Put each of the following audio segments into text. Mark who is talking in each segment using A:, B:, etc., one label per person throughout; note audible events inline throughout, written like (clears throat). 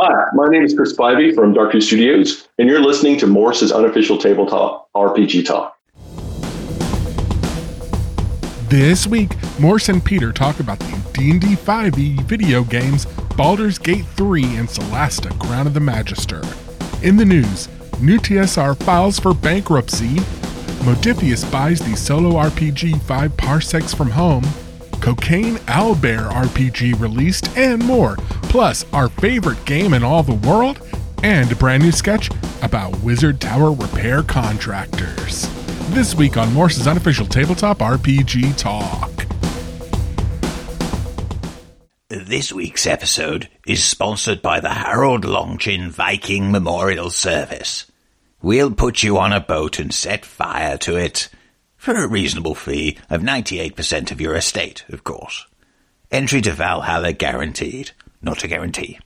A: Hi, my name is Chris Spivey from Dark View Studios, and you're listening to Morse's unofficial tabletop RPG talk.
B: This week, Morse and Peter talk about the D&D 5e E video games Baldur's Gate 3 and Celasta Crown of the Magister. In the news, new TSR files for bankruptcy, Modifius buys the solo RPG 5 parsecs from home, Cocaine Owlbear RPG released, and more. Plus, our favorite game in all the world, and a brand new sketch about Wizard Tower repair contractors. This week on Morse's unofficial tabletop RPG Talk.
C: This week's episode is sponsored by the Harold Longchin Viking Memorial Service. We'll put you on a boat and set fire to it for a reasonable fee of 98% of your estate, of course. Entry to Valhalla guaranteed, not a guarantee.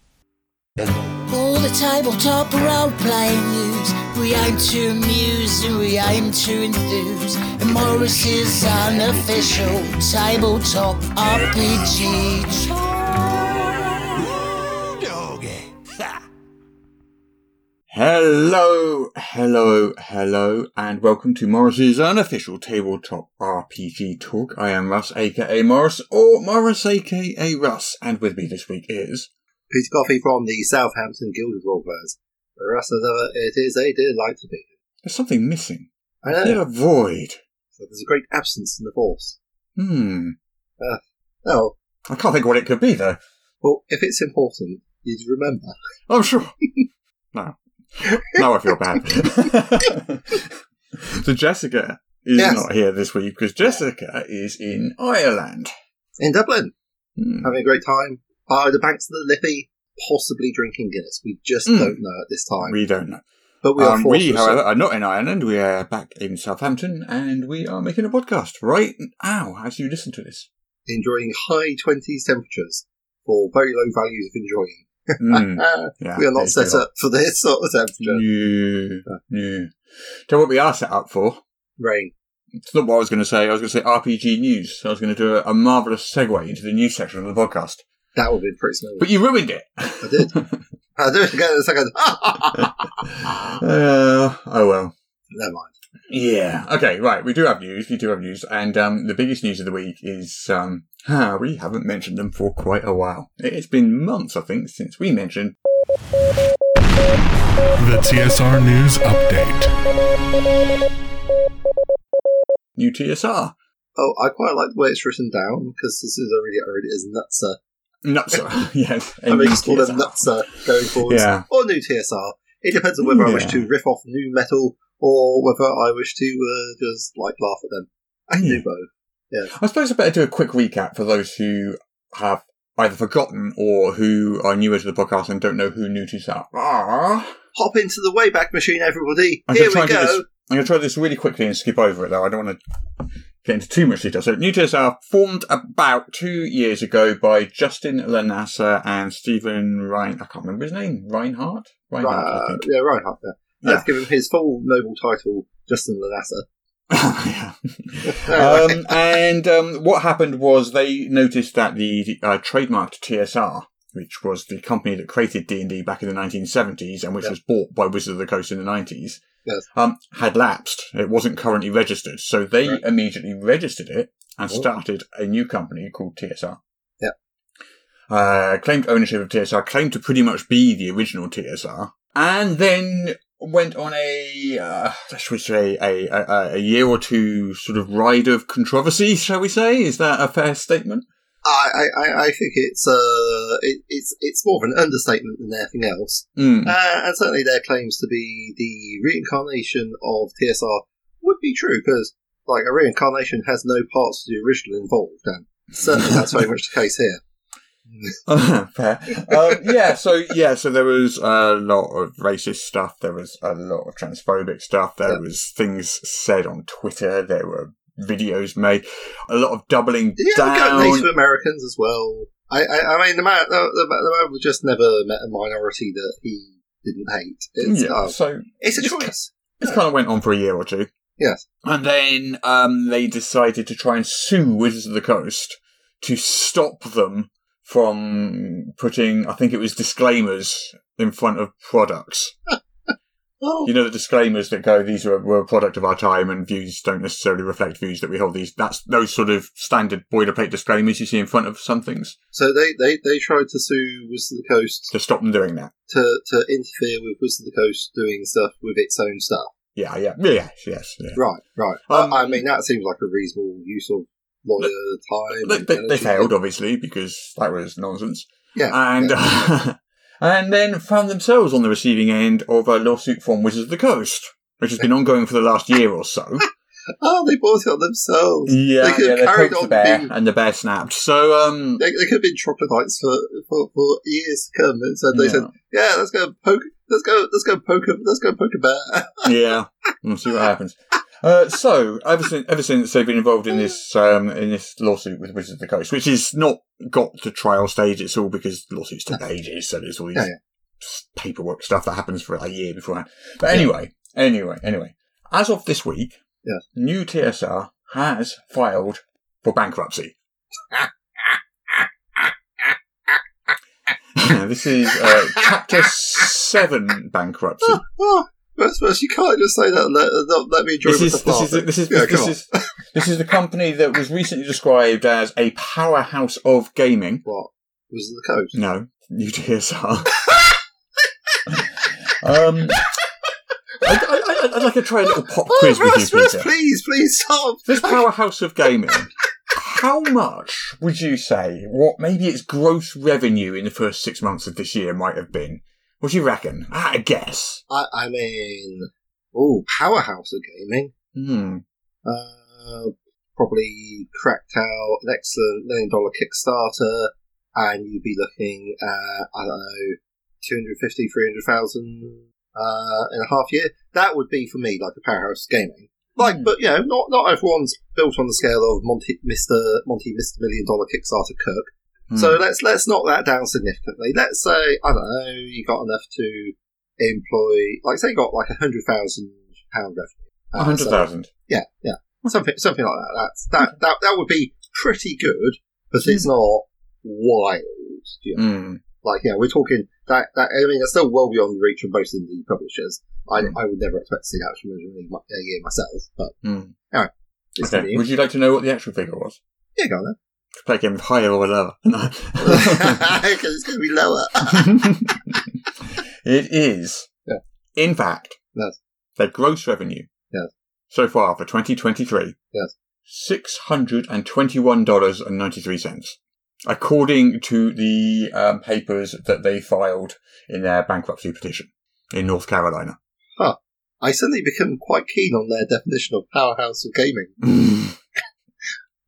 D: All the tabletop role playing news. We aim to amuse and we aim to enthuse. And Morris's unofficial tabletop RPG.
C: Doggy.
E: Hello, hello, hello, and welcome to Morris's unofficial tabletop RPG talk. I am Russ, aka Morris, or Morris, aka Russ, and with me this week is.
F: Peter Coffey from the Southampton Guild of Role Players. Where us as ever, it is a delight to be.
E: There's something missing.
F: I
E: I feel a void.
F: So there's a great absence in the force.
E: Hmm.
F: Oh,
E: I can't think what it could be, though.
F: well, if it's important, you'd remember.
E: I'm Oh, sure. (laughs) no. Now I feel bad. (laughs) so Jessica is
F: Yes.
E: not here this week because Jessica is in Ireland.
F: In Dublin,
E: Hmm.
F: having a great time. By the banks of the Liffey, possibly drinking Guinness. We just
E: Mm.
F: don't know at this time.
E: We don't know.
F: but we
E: We,
F: are uh,
E: um,
F: forced
E: we
F: to-
E: however, are not in Ireland. We are back in Southampton, and we are making a podcast right now as you listen to
F: (laughs)
E: this.
F: enjoying high 20s temperatures for very low values of enjoying.
E: Mm,
F: Ah,
E: yeah,
F: we are not
E: it's
F: set
E: too hot.
F: up for this sort of temperature.
E: No, no. So what we are set up for?
F: Rain.
E: It's not what I was going to say. I was going to say RPG news. So I was going to do a, a marvelous segue into the news section of the podcast,
F: That would be pretty smooth.
E: but you ruined it. (laughs)
F: I did. I'll do it again in a second. (laughs)
E: uh, oh well.
F: Never mind.
E: Yeah. Okay, right. We do have news. We do have news. And um, the biggest news of the week is um, ah, we haven't mentioned them for quite a while. It's been months, I think, since we mentioned.
B: The TSR News Update.
E: New TSR.
F: Oh, I quite like the way it's written down because this is already already is nutser. (laughs)
E: Nutser. (laughs) yes. a
F: I mean,
E: new
F: just call them
E: TSR.
F: nutser going forwards
E: Yeah.
F: or new TSR. It depends on whether I wish
E: Yeah.
F: to riff off new metal or whether I wish to uh, just like laugh at them. I can do
E: Yeah.
F: both.
E: I suppose I better do a quick recap for those who have either forgotten or who are newer to the podcast and don't know who New TSR are.
F: Hop into the Wayback Machine, everybody.
E: I'm
F: Here
E: gonna try
F: we
E: and do this-
F: go.
E: I'm going to try this really quickly and skip over it, though. I don't want to get into too much detail. So, New TSR formed about two years ago by Justin Lanassa and Stephen Ryan. I can't remember his name. Reinhardt? Reinhardt,
F: Right,
E: I
F: uh,
E: think.
F: yeah, right, Harper.
E: Yeah.
F: Let's give him his full noble title, Justin Lanassa. (laughs)
E: yeah. um, and um, what happened was they noticed that the uh, trademarked TSR, which was the company that created D and D back in the 1970s and which
F: Yeah.
E: was bought by Wizards of the Coast in the 90s,
F: Yes.
E: um, had lapsed. It wasn't currently registered, so they
F: Right.
E: immediately registered it and
F: Oh.
E: started a new company called TSR.
F: Yeah.
E: Uh, claimed ownership of TSR, claimed to pretty much be the original TSR, and then went on a, uh, should we say, a, a, a year or two sort of ride of controversy, shall we say? Is that a fair statement?
F: I, I- I, I think it's uh, it, it's it's more of an understatement than anything else.
E: Mm.
F: Uh, and certainly their claims to be the reincarnation of TSR would be true because, like, a reincarnation has no parts of the original involved, and (laughs) certainly that's very much the case here.
E: (laughs) Fair. Um, yeah, so yeah, so there was a lot of racist stuff. There was a lot of transphobic stuff. There
F: Yeah.
E: was things said on Twitter. There were videos made. A lot of doubling
F: Yeah, we've got
E: down.
F: Native Americans as well. I, I, I mean, the man, the, the, the man was just never met a minority that he didn't hate. It's,
E: yeah,
F: oh,
E: so
F: it's a
E: it's-
F: choice.
E: it kind of went on for a year or two.
F: Yes.
E: And then um, they decided to try and sue Wizards of the Coast to stop them from putting, I think it was disclaimers in front of products.
F: Oh,
E: You know the disclaimers that go, these were, were a product of our time and views don't necessarily reflect views that we hold. These, that's those sort of standard boilerplate disclaimers you see in front of some things
F: so they, they, they tried to sue Wizard of the Coast
E: to stop them doing that.
F: to, to interfere with Wizard of the Coast doing stuff with its own stuff.
E: Yeah, yeah, yeah, yes, yes. Yeah.
F: Right, right.
E: Um,
F: I, I mean, that seems like a reasonable use of lawyer time.
E: They,
F: and
E: they, they
F: energy.
E: failed, Uh, obviously, because that was nonsense.
F: Yeah.
E: and
F: yeah.
E: (laughs) and then found themselves on the receiving end of a lawsuit from Wizards of the Coast, which has been ongoing for the last year or
F: (laughs)
E: so.
F: Oh, they bought it on themselves.
E: yeah,
F: They could
E: yeah,
F: have
E: they
F: carried
E: poked the
F: on
E: bear,
F: being.
E: and the bear snapped. So, um,
F: They, they could have been troglodytes for, for, for years to come, and so they
E: Yeah.
F: said, "Yeah, let's go poke, let's go, let's go poke, a- let's go poke a bear." (laughs)
E: yeah, we'll see what happens. Uh, so ever since ever since they've been involved in this um, in this lawsuit with Wizards of the Coast, which is not got to trial stage, it's all because lawsuits
F: (laughs)
E: take ages, so there's all these
F: Yeah, yeah.
E: paperwork stuff that happens for a year beforehand. But anyway, anyway, anyway, as of this week,
F: Yeah.
E: new TSR has filed for bankruptcy. (laughs) this is uh, Chapter Seven
F: (laughs)
E: bankruptcy.
F: oh, oh, Wes, Wes, you can't just say that. Let, let, let me enjoy
E: This
F: with
E: is,
F: the
E: this is this is
F: farting. Yeah,
E: this
F: come
E: is
F: (laughs)
E: this is the company that was recently described as a powerhouse of gaming.
F: on. what was the coast?
E: No, you
F: (laughs)
E: DSR. um, I, I, I- I'd like to try a little pop quiz
F: oh,
E: with
F: Wes,
E: you,
F: Wes,
E: Peter.
F: please, please stop.
E: This powerhouse of gaming. How much would you say what maybe its gross revenue in the first six months of this year might have been? What do you reckon? Ah, I guess.
F: I, I mean, oh, powerhouse of gaming.
E: Hmm.
F: Uh, probably cracked out an excellent million dollar Kickstarter, and you'd be looking at, I don't know, 250, 300,000 uh, in a half year. That would be for me like a powerhouse gaming.
E: Hmm.
F: Like, but you know, not not everyone's built on the scale of Monty, Mister Monty, Mister Million Dollar Kickstarter Cook.
E: Hmm.
F: So let's let's knock that down significantly. Let's say I don't know, you got enough to employ, like say, you got like a hundred thousand pound revenue.
E: a
F: Uh,
E: hundred
F: so-
E: thousand.
F: yeah, yeah, something something like that. That's, that that that would be pretty good, but it's not wild. You know?
E: Hmm.
F: Like yeah, we're talking that that I mean, it's still well beyond the reach of most indie publishers. I, I would never expect to see that from a year myself, but
E: Hmm.
F: it's
E: Okay.
F: gonna be-
E: Would you like to know what the actual figure was?
F: yeah, go
E: (laughs)
F: on then. (laughs)
E: Play a game of higher or lower. No.
F: 'Cause it's going to be lower.
E: it is,
F: Yeah.
E: in fact,
F: Yes.
E: their gross revenue
F: Yes.
E: so far for 2023
F: Yes.
E: $621.93, according to the um, papers that they filed in their bankruptcy petition in North
F: (laughs)
E: Carolina.
F: I suddenly become quite keen on their definition of powerhouse of gaming.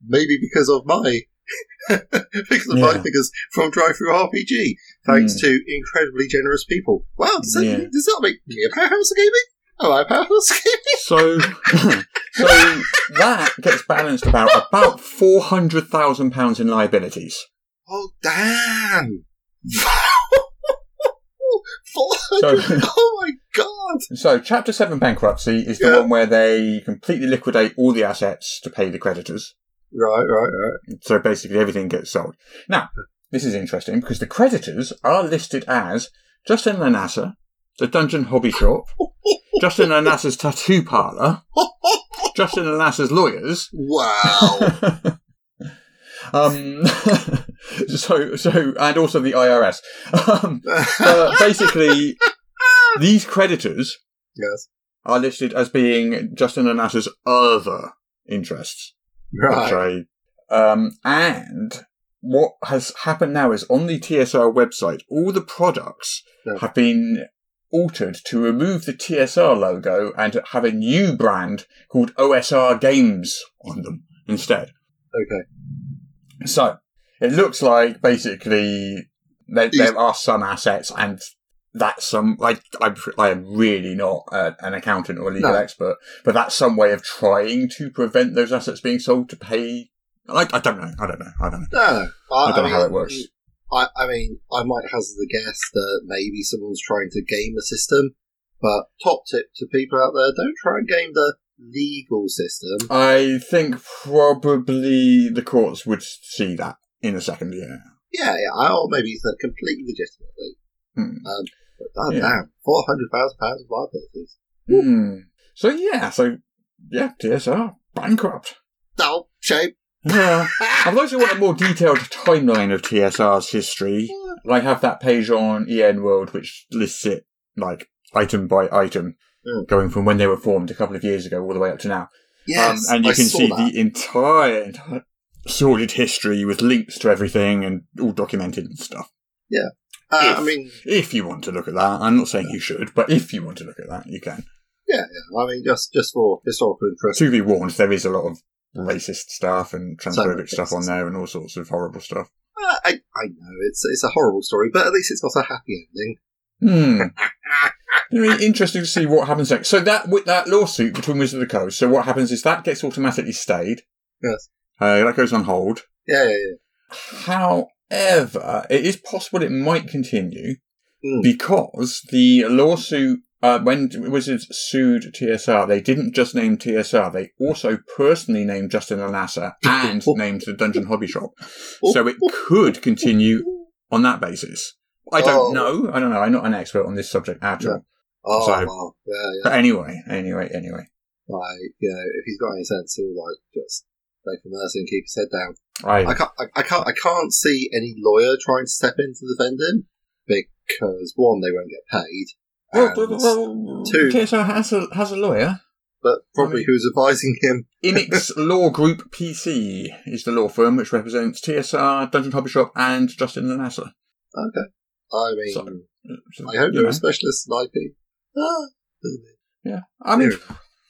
F: Maybe because of my (laughs) because of my
E: Yeah. Hmm.
F: figures from Drive Through RPG, thanks to incredibly generous people. Wow, does that,
E: Yeah.
F: does that make me a powerhouse of gaming? Am I a powerhouse of gaming?
E: so, (clears throat) so that gets balanced about about £400,000 in liabilities.
F: (laughs) Oh, damn! (laughs) Four
E: So-
F: hundred! oh my god!
E: So, Chapter 7 bankruptcy is the
F: Yeah.
E: one where they completely liquidate all the assets to pay the creditors.
F: Right, right, right.
E: So, basically, everything gets sold. Now, this is interesting because the creditors are listed as Justin Lanassa, the Dungeon Hobby Shop, Justin Lanassa's Tattoo Parlour, Justin Lanassa's Lawyers. (laughs)
F: Wow!
E: um, (laughs) so, so, and also the IRS. (laughs) Um, but basically, these creditors
F: yes.
E: are listed as being Justin and Ash's other uh, interests.
F: Right.
E: which I- um, and what has happened now is on the TSR website, all the products
F: Yeah.
E: have been altered to remove the TSR logo and have a new brand called OSR Games on them instead.
F: Okay.
E: So it looks like basically there,
F: These-
E: there are some assets and that's some like I'm, I am really not uh, an accountant or a legal
F: No.
E: expert, but that's some way of trying to prevent those assets being sold to pay. Like I don't know, I don't know, I don't know.
F: No, no.
E: I don't know how
F: mean,
E: it works.
F: I, I mean, I might hazard a guess that maybe someone's trying to game the system, but top tip to people out there don't try and game the legal system.
E: I think probably the courts would see that in a second. Yeah,
F: Yeah, yeah, I- or maybe he's not completely legitimately.
E: Hmm.
F: Um, but oh,
E: Yeah.
F: damn, four hundred thousand pounds of liabilities.
E: Hmm. So yeah, so yeah, TSR bankrupt.
F: Oh, shame.
E: Yeah. I'd like to want a more detailed timeline of TSR's history. I have that page on EN World which lists it like item by item,
F: Mm.
E: going from when they were formed a couple of years ago all the way up to now.
F: Yes,
E: um, and you
F: I
E: can
F: saw
E: see
F: that.
E: the entire, entire sordid history with links to everything and all documented and stuff.
F: Uh,
E: if-
F: I mean,
E: If you want to look at that, I'm not saying you should, but if you want to look at that, you can.
F: I mean, just just for historical interest.
E: To be warned, there is a lot of racist stuff and transphobic
F: Some
E: stuff on
F: racist.
E: there and all sorts of horrible stuff.
F: Uh, I, I know it's it's a horrible story, but at least it's got a happy ending.
E: Hmm. It'll be interesting to see what happens next. So that with that lawsuit between Wizard of the Coast, so what happens is that gets automatically stayed.
F: Yes.
E: Uh, that goes on hold.
F: Yeah, yeah, yeah.
E: However, it is possible it might continue
F: Mm.
E: because the lawsuit, uh, when Wizards sued TSR, they didn't just name TSR, they also personally named Justin Lanassa and named the Dungeon Hobby Shop. So it could continue on that basis. I don't
F: Oh.
E: know. I don't know. I'm not an expert on this subject at all.
F: Oh,
E: So-
F: wow. yeah, yeah.
E: But anyway, anyway, anyway.
F: Like, you know, if he's got any sense, he'll like just take a mercy and keep his head down.
E: I,
F: I can't, I, I can't, I can't see any lawyer trying to step in to defend him because one, they won't get paid,
E: well,
F: and-
E: well, well,
F: two-
E: TSR has a has a lawyer.
F: but
E: I
F: probably
E: mean-
F: who's advising him. (laughs)
E: Inix Law Group PC is the law firm which represents TSR, Dungeon Hobby Shop, and Justin Lanassa.
F: Okay, I mean,
E: So, So,
F: I hope
E: you
F: they're
E: know,
F: a specialist in IP. Ah,
E: yeah. I mean,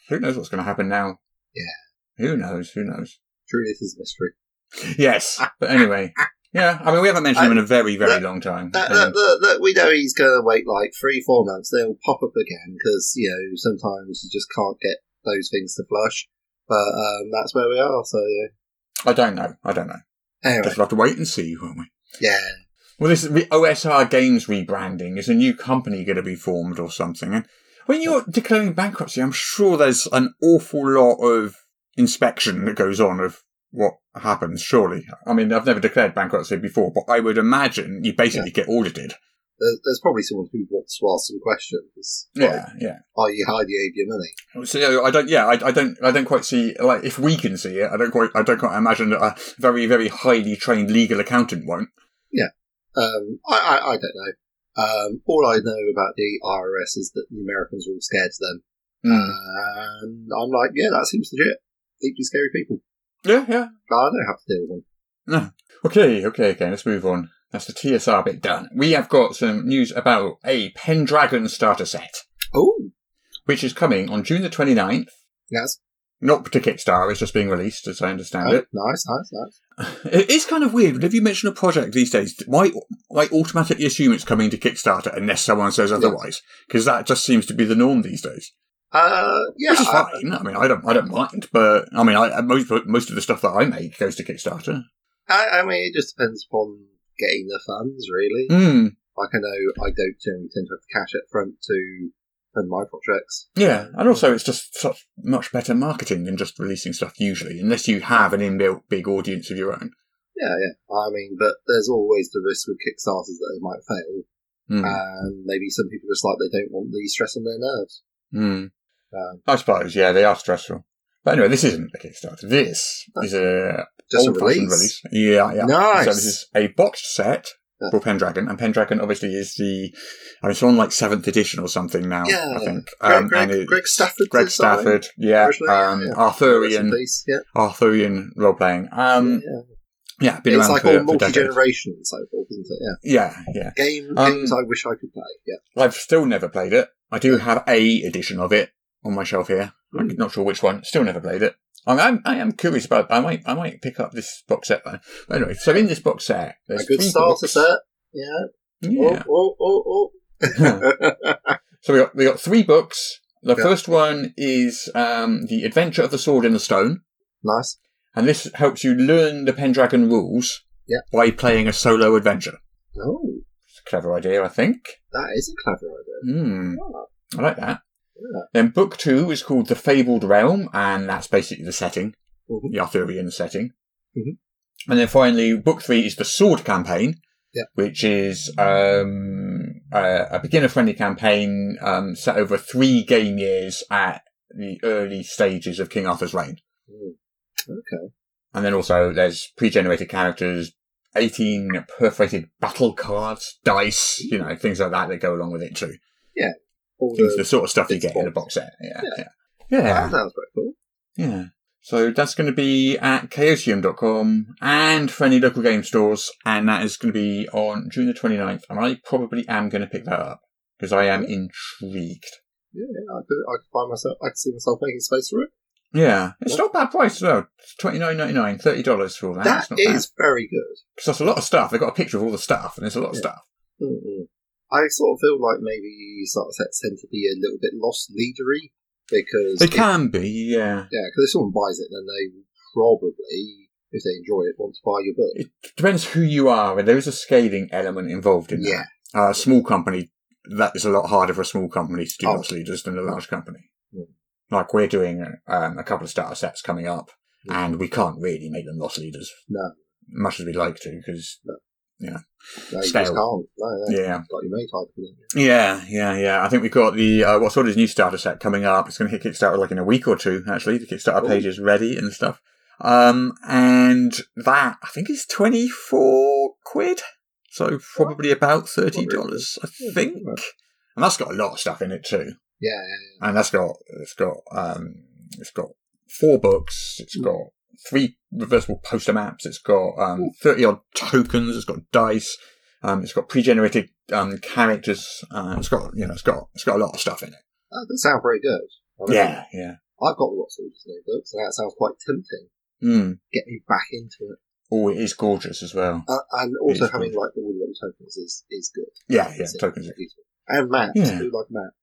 E: who knows what's going to happen now? Yeah. Who knows? Who knows?
F: truly, it is a mystery.
E: Yes. But
F: (laughs)
E: anyway, yeah. I mean, we haven't mentioned him in a very, very
F: that-
E: long time. Um,
F: That,
E: And-
F: that, that, that we know he's going to wait like three, four months. They'll pop up again because you know sometimes you just can't get those things to flush. But um, that's where we are. So yeah.
E: I don't know. I don't know.
F: Anyway,
E: Just we'll have to wait and see, won't we?
F: yeah.
E: Well, this the OSR Games rebranding is a new company going to be formed or something. And when you're declaring bankruptcy, I'm sure there's an awful lot of inspection that goes on of what happens. Surely, I mean, I've never declared bankruptcy before, but I would imagine you basically get audited.
F: There's, there's probably someone who wants to ask some questions. Like,
E: Yeah, yeah.
F: are you hiding your money?
E: So yeah, I don't. Yeah, I, I don't. I don't quite see. Like, if we can see it, I don't quite. I don't quite imagine that a very, very highly trained legal accountant won't.
F: Um, I, I, I don't know. Um, all I know about the IRS is that the Americans are all scared of them.
E: Hmm.
F: Hmm. And I'm like, yeah, that seems legit. Deeply scary people.
E: Yeah, yeah.
F: I don't have to deal with them.
E: Okay, okay, okay, let's move on. That's the TSR bit done. We have got some news about a Pendragon starter set,
F: Oh,
E: which is coming on June the 29th.
F: yes.
E: Not to Kickstarter, it's just being released, as I understand
F: Oh,
E: it. (laughs)
F: nice, nice, nice.
E: It is kind of weird, but if you mention a project these days, why I automatically assume it's coming to Kickstarter unless someone says otherwise, because that just seems to be the norm these days.
F: Uh, yeah.
E: Which is
F: I-
E: fine. I mean, I don't, I don't mind, but I mean, I, most most of the stuff that I make goes to Kickstarter.
F: I, I mean, it just depends upon getting the funds, really.
E: Hmm.
F: Like, I know I don't generally tend to have the cash up front to fund my projects.
E: Yeah, and also it's just such much better marketing than just releasing stuff usually, unless you have an inbuilt big audience of your own.
F: Yeah, yeah. I mean, but there's always the risk with Kickstarters that they might fail.
E: Mm.
F: Uh, And maybe some people just like they don't want the stress on their nerves.
E: Mm.
F: Um,
E: I suppose, yeah, they are stressful. But anyway, this isn't a Kickstarter. This is a
F: just a
E: old-fashioned
F: release.
E: Yeah, yeah.
F: Nice.
E: So this is a boxed set
F: Yeah.
E: for Pendragon, and Pendragon obviously is the. I mean, it's on like seventh edition or something now.
F: Yeah.
E: I think. Um, and
F: Greg- Greg-
E: it's
F: Greg Stafford
E: Greg
F: design
E: Stafford. Yeah.
F: originally,
E: Um,
F: yeah. Rest in
E: Arthurian.
F: peace, Yeah.
E: Arthurian role playing. Um,
F: yeah.
E: yeah, been
F: It's
E: around
F: like
E: for,
F: all
E: for
F: multi
E: decades.
F: generation and so forth, isn't it? Yeah.
E: Yeah, yeah.
F: Game,
E: Um,
F: games I wish I could play. Yeah.
E: I've still never played it. I do have a edition of it on my shelf here.
F: Hmm.
E: I'm not sure which one. Still never played it. I'm, I'm I am curious about. I might I might pick up this box set though. But anyway, so in this box set, there's
F: A good
E: three
F: starter
E: books.
F: set. Yeah.
E: Yeah.
F: Oh, oh, oh, oh.
E: (laughs) so we got we got three books. The
F: Yeah.
E: first one is um, the Adventure of the Sword in the Stone,
F: nice.
E: and this helps you learn the Pendragon rules
F: Yeah.
E: by playing a solo adventure.
F: Oh,
E: It's a clever idea, I think.
F: that is a clever idea.
E: Hmm.
F: Ah,
E: I like that.
F: Yeah.
E: Then book two is called The Fabled Realm, and that's basically the setting,
F: Mhm.
E: the Arthurian setting.
F: Mhm.
E: And then finally, book three is the Sword campaign,
F: Yep.
E: which is um, a, a beginner-friendly campaign um, set over three game years at the early stages of King Arthur's reign.
F: Mm-hmm. Okay.
E: And then also there's pre-generated characters, 18 perforated battle cards, dice, you know, things like that that go along with it too.
F: All
E: It's the
F: the,
E: sort of stuff you
F: it's
E: get in a box set. Yeah. Yeah. yeah.
F: That sounds pretty cool.
E: Yeah. So that's going to be at chaosium.com and friendly local game stores. And that is going to be on June the 29th. And I probably am going to pick that up because I am
F: Mm-hmm.
E: intrigued.
F: Yeah, yeah, I could, I could find myself. I could see myself making space for it.
E: Yeah. It's not a bad price though. It's $29.99, $30 for all that.
F: That
E: it's not
F: is very good.
E: Because that's a lot of stuff. They've got a picture of all the stuff and it's a lot of
F: Yeah.
E: stuff.
F: Mm-mm. Mm-hmm. I sort of feel like maybe sort of sets tend to be a little bit lost leadery because
E: They
F: if-
E: can be, yeah.
F: yeah, because if someone buys it, then they probably, if they enjoy it, want to buy your book.
E: It depends who you are, and there is a scaling element involved in
F: Yeah.
E: that. Uh, a small company, that is a lot harder for a small company to do
F: Oh.
E: lots of leaders than a large company.
F: Mm.
E: Like we're doing um, a couple of starter sets coming up,
F: Mm.
E: and we can't really make them loss leaders
F: No,
E: much as we'd like to, because
F: no, you just
E: Stale.
F: can't. No, no,
E: yeah,
F: got your mate type of thing.
E: yeah, yeah, yeah. I think we've got the uh, what's called his new starter set coming up. It's going to hit Kickstarter like in a week or two. Actually, the Kickstarter
F: Ooh.
E: page is ready and stuff. Um, and that I think is twenty four quid, so probably about thirty dollars, I think. And that's got a lot of stuff in it too.
F: Yeah, yeah, yeah.
E: And that's got it's got um, it's got four books. It's
F: Mm.
E: got three reversible poster maps. It's got um, thirty odd tokens. It's got dice. Um, it's got pre-generated um, characters. Uh, it's got you know it's got it's got a lot of stuff in it.
F: that does sound very good. I mean,
E: Yeah, yeah.
F: I've got lots of these new books, and that sounds quite tempting.
E: Mm.
F: Get me back into it,
E: Oh, it is gorgeous as well.
F: uh, and also
E: It's
F: having
E: good.
F: like all the little tokens is is good.
E: Yeah, yeah.
F: It's
E: Tokens.
F: useful. and maps.
E: Yeah.
F: I do like maps.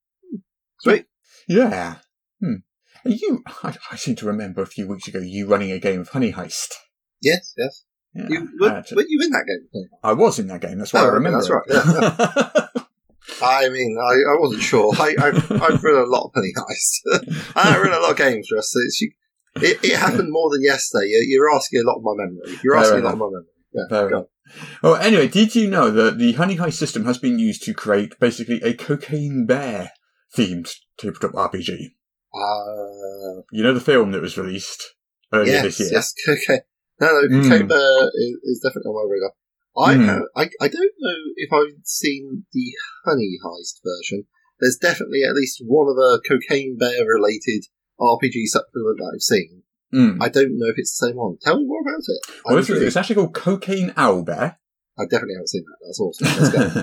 E: Yeah. Hmm. Are you? I, I seem to remember a few weeks ago you running a game of Honey Heist.
F: Yes, yes.
E: Yeah,
F: You, were,
E: I actually-
F: were you in that game?
E: I was in that game. That's why
F: Oh,
E: I remember.
F: that's
E: it. (laughs)
F: I mean, I, I wasn't sure. I,
E: (laughs)
F: I've, I've read a lot of Penny Heist. (laughs) I read a lot of games, Russ. So it's, you, it, it happened more than yesterday. You're, you're asking a lot of my memory. You're
E: Fair
F: asking a
E: enough.
F: lot of my memory. Yeah,
E: Fair
F: go.
E: enough. Well, anyway, did you know that the Honey Heist system has been used to create basically a cocaine bear themed tabletop RPG?
F: Uh,
E: You know the film that was released earlier
F: yes,
E: this year?
F: yes. (laughs) Okay. No, no,
E: Mm.
F: Cucumber is, is definitely on my radar. I,
E: Mm.
F: have, I I don't know if I've seen the Honey Heist version. There's definitely at least one other Cocaine Bear related RPG supplement that I've seen.
E: Mm.
F: I don't know if it's the same one. Tell me more about it.
E: Well,
F: I'm
E: it's, it's
F: intrigued.
E: actually called Cocaine Owl Bear.
F: I definitely haven't seen that. That's
E: (laughs)
F: awesome. Let's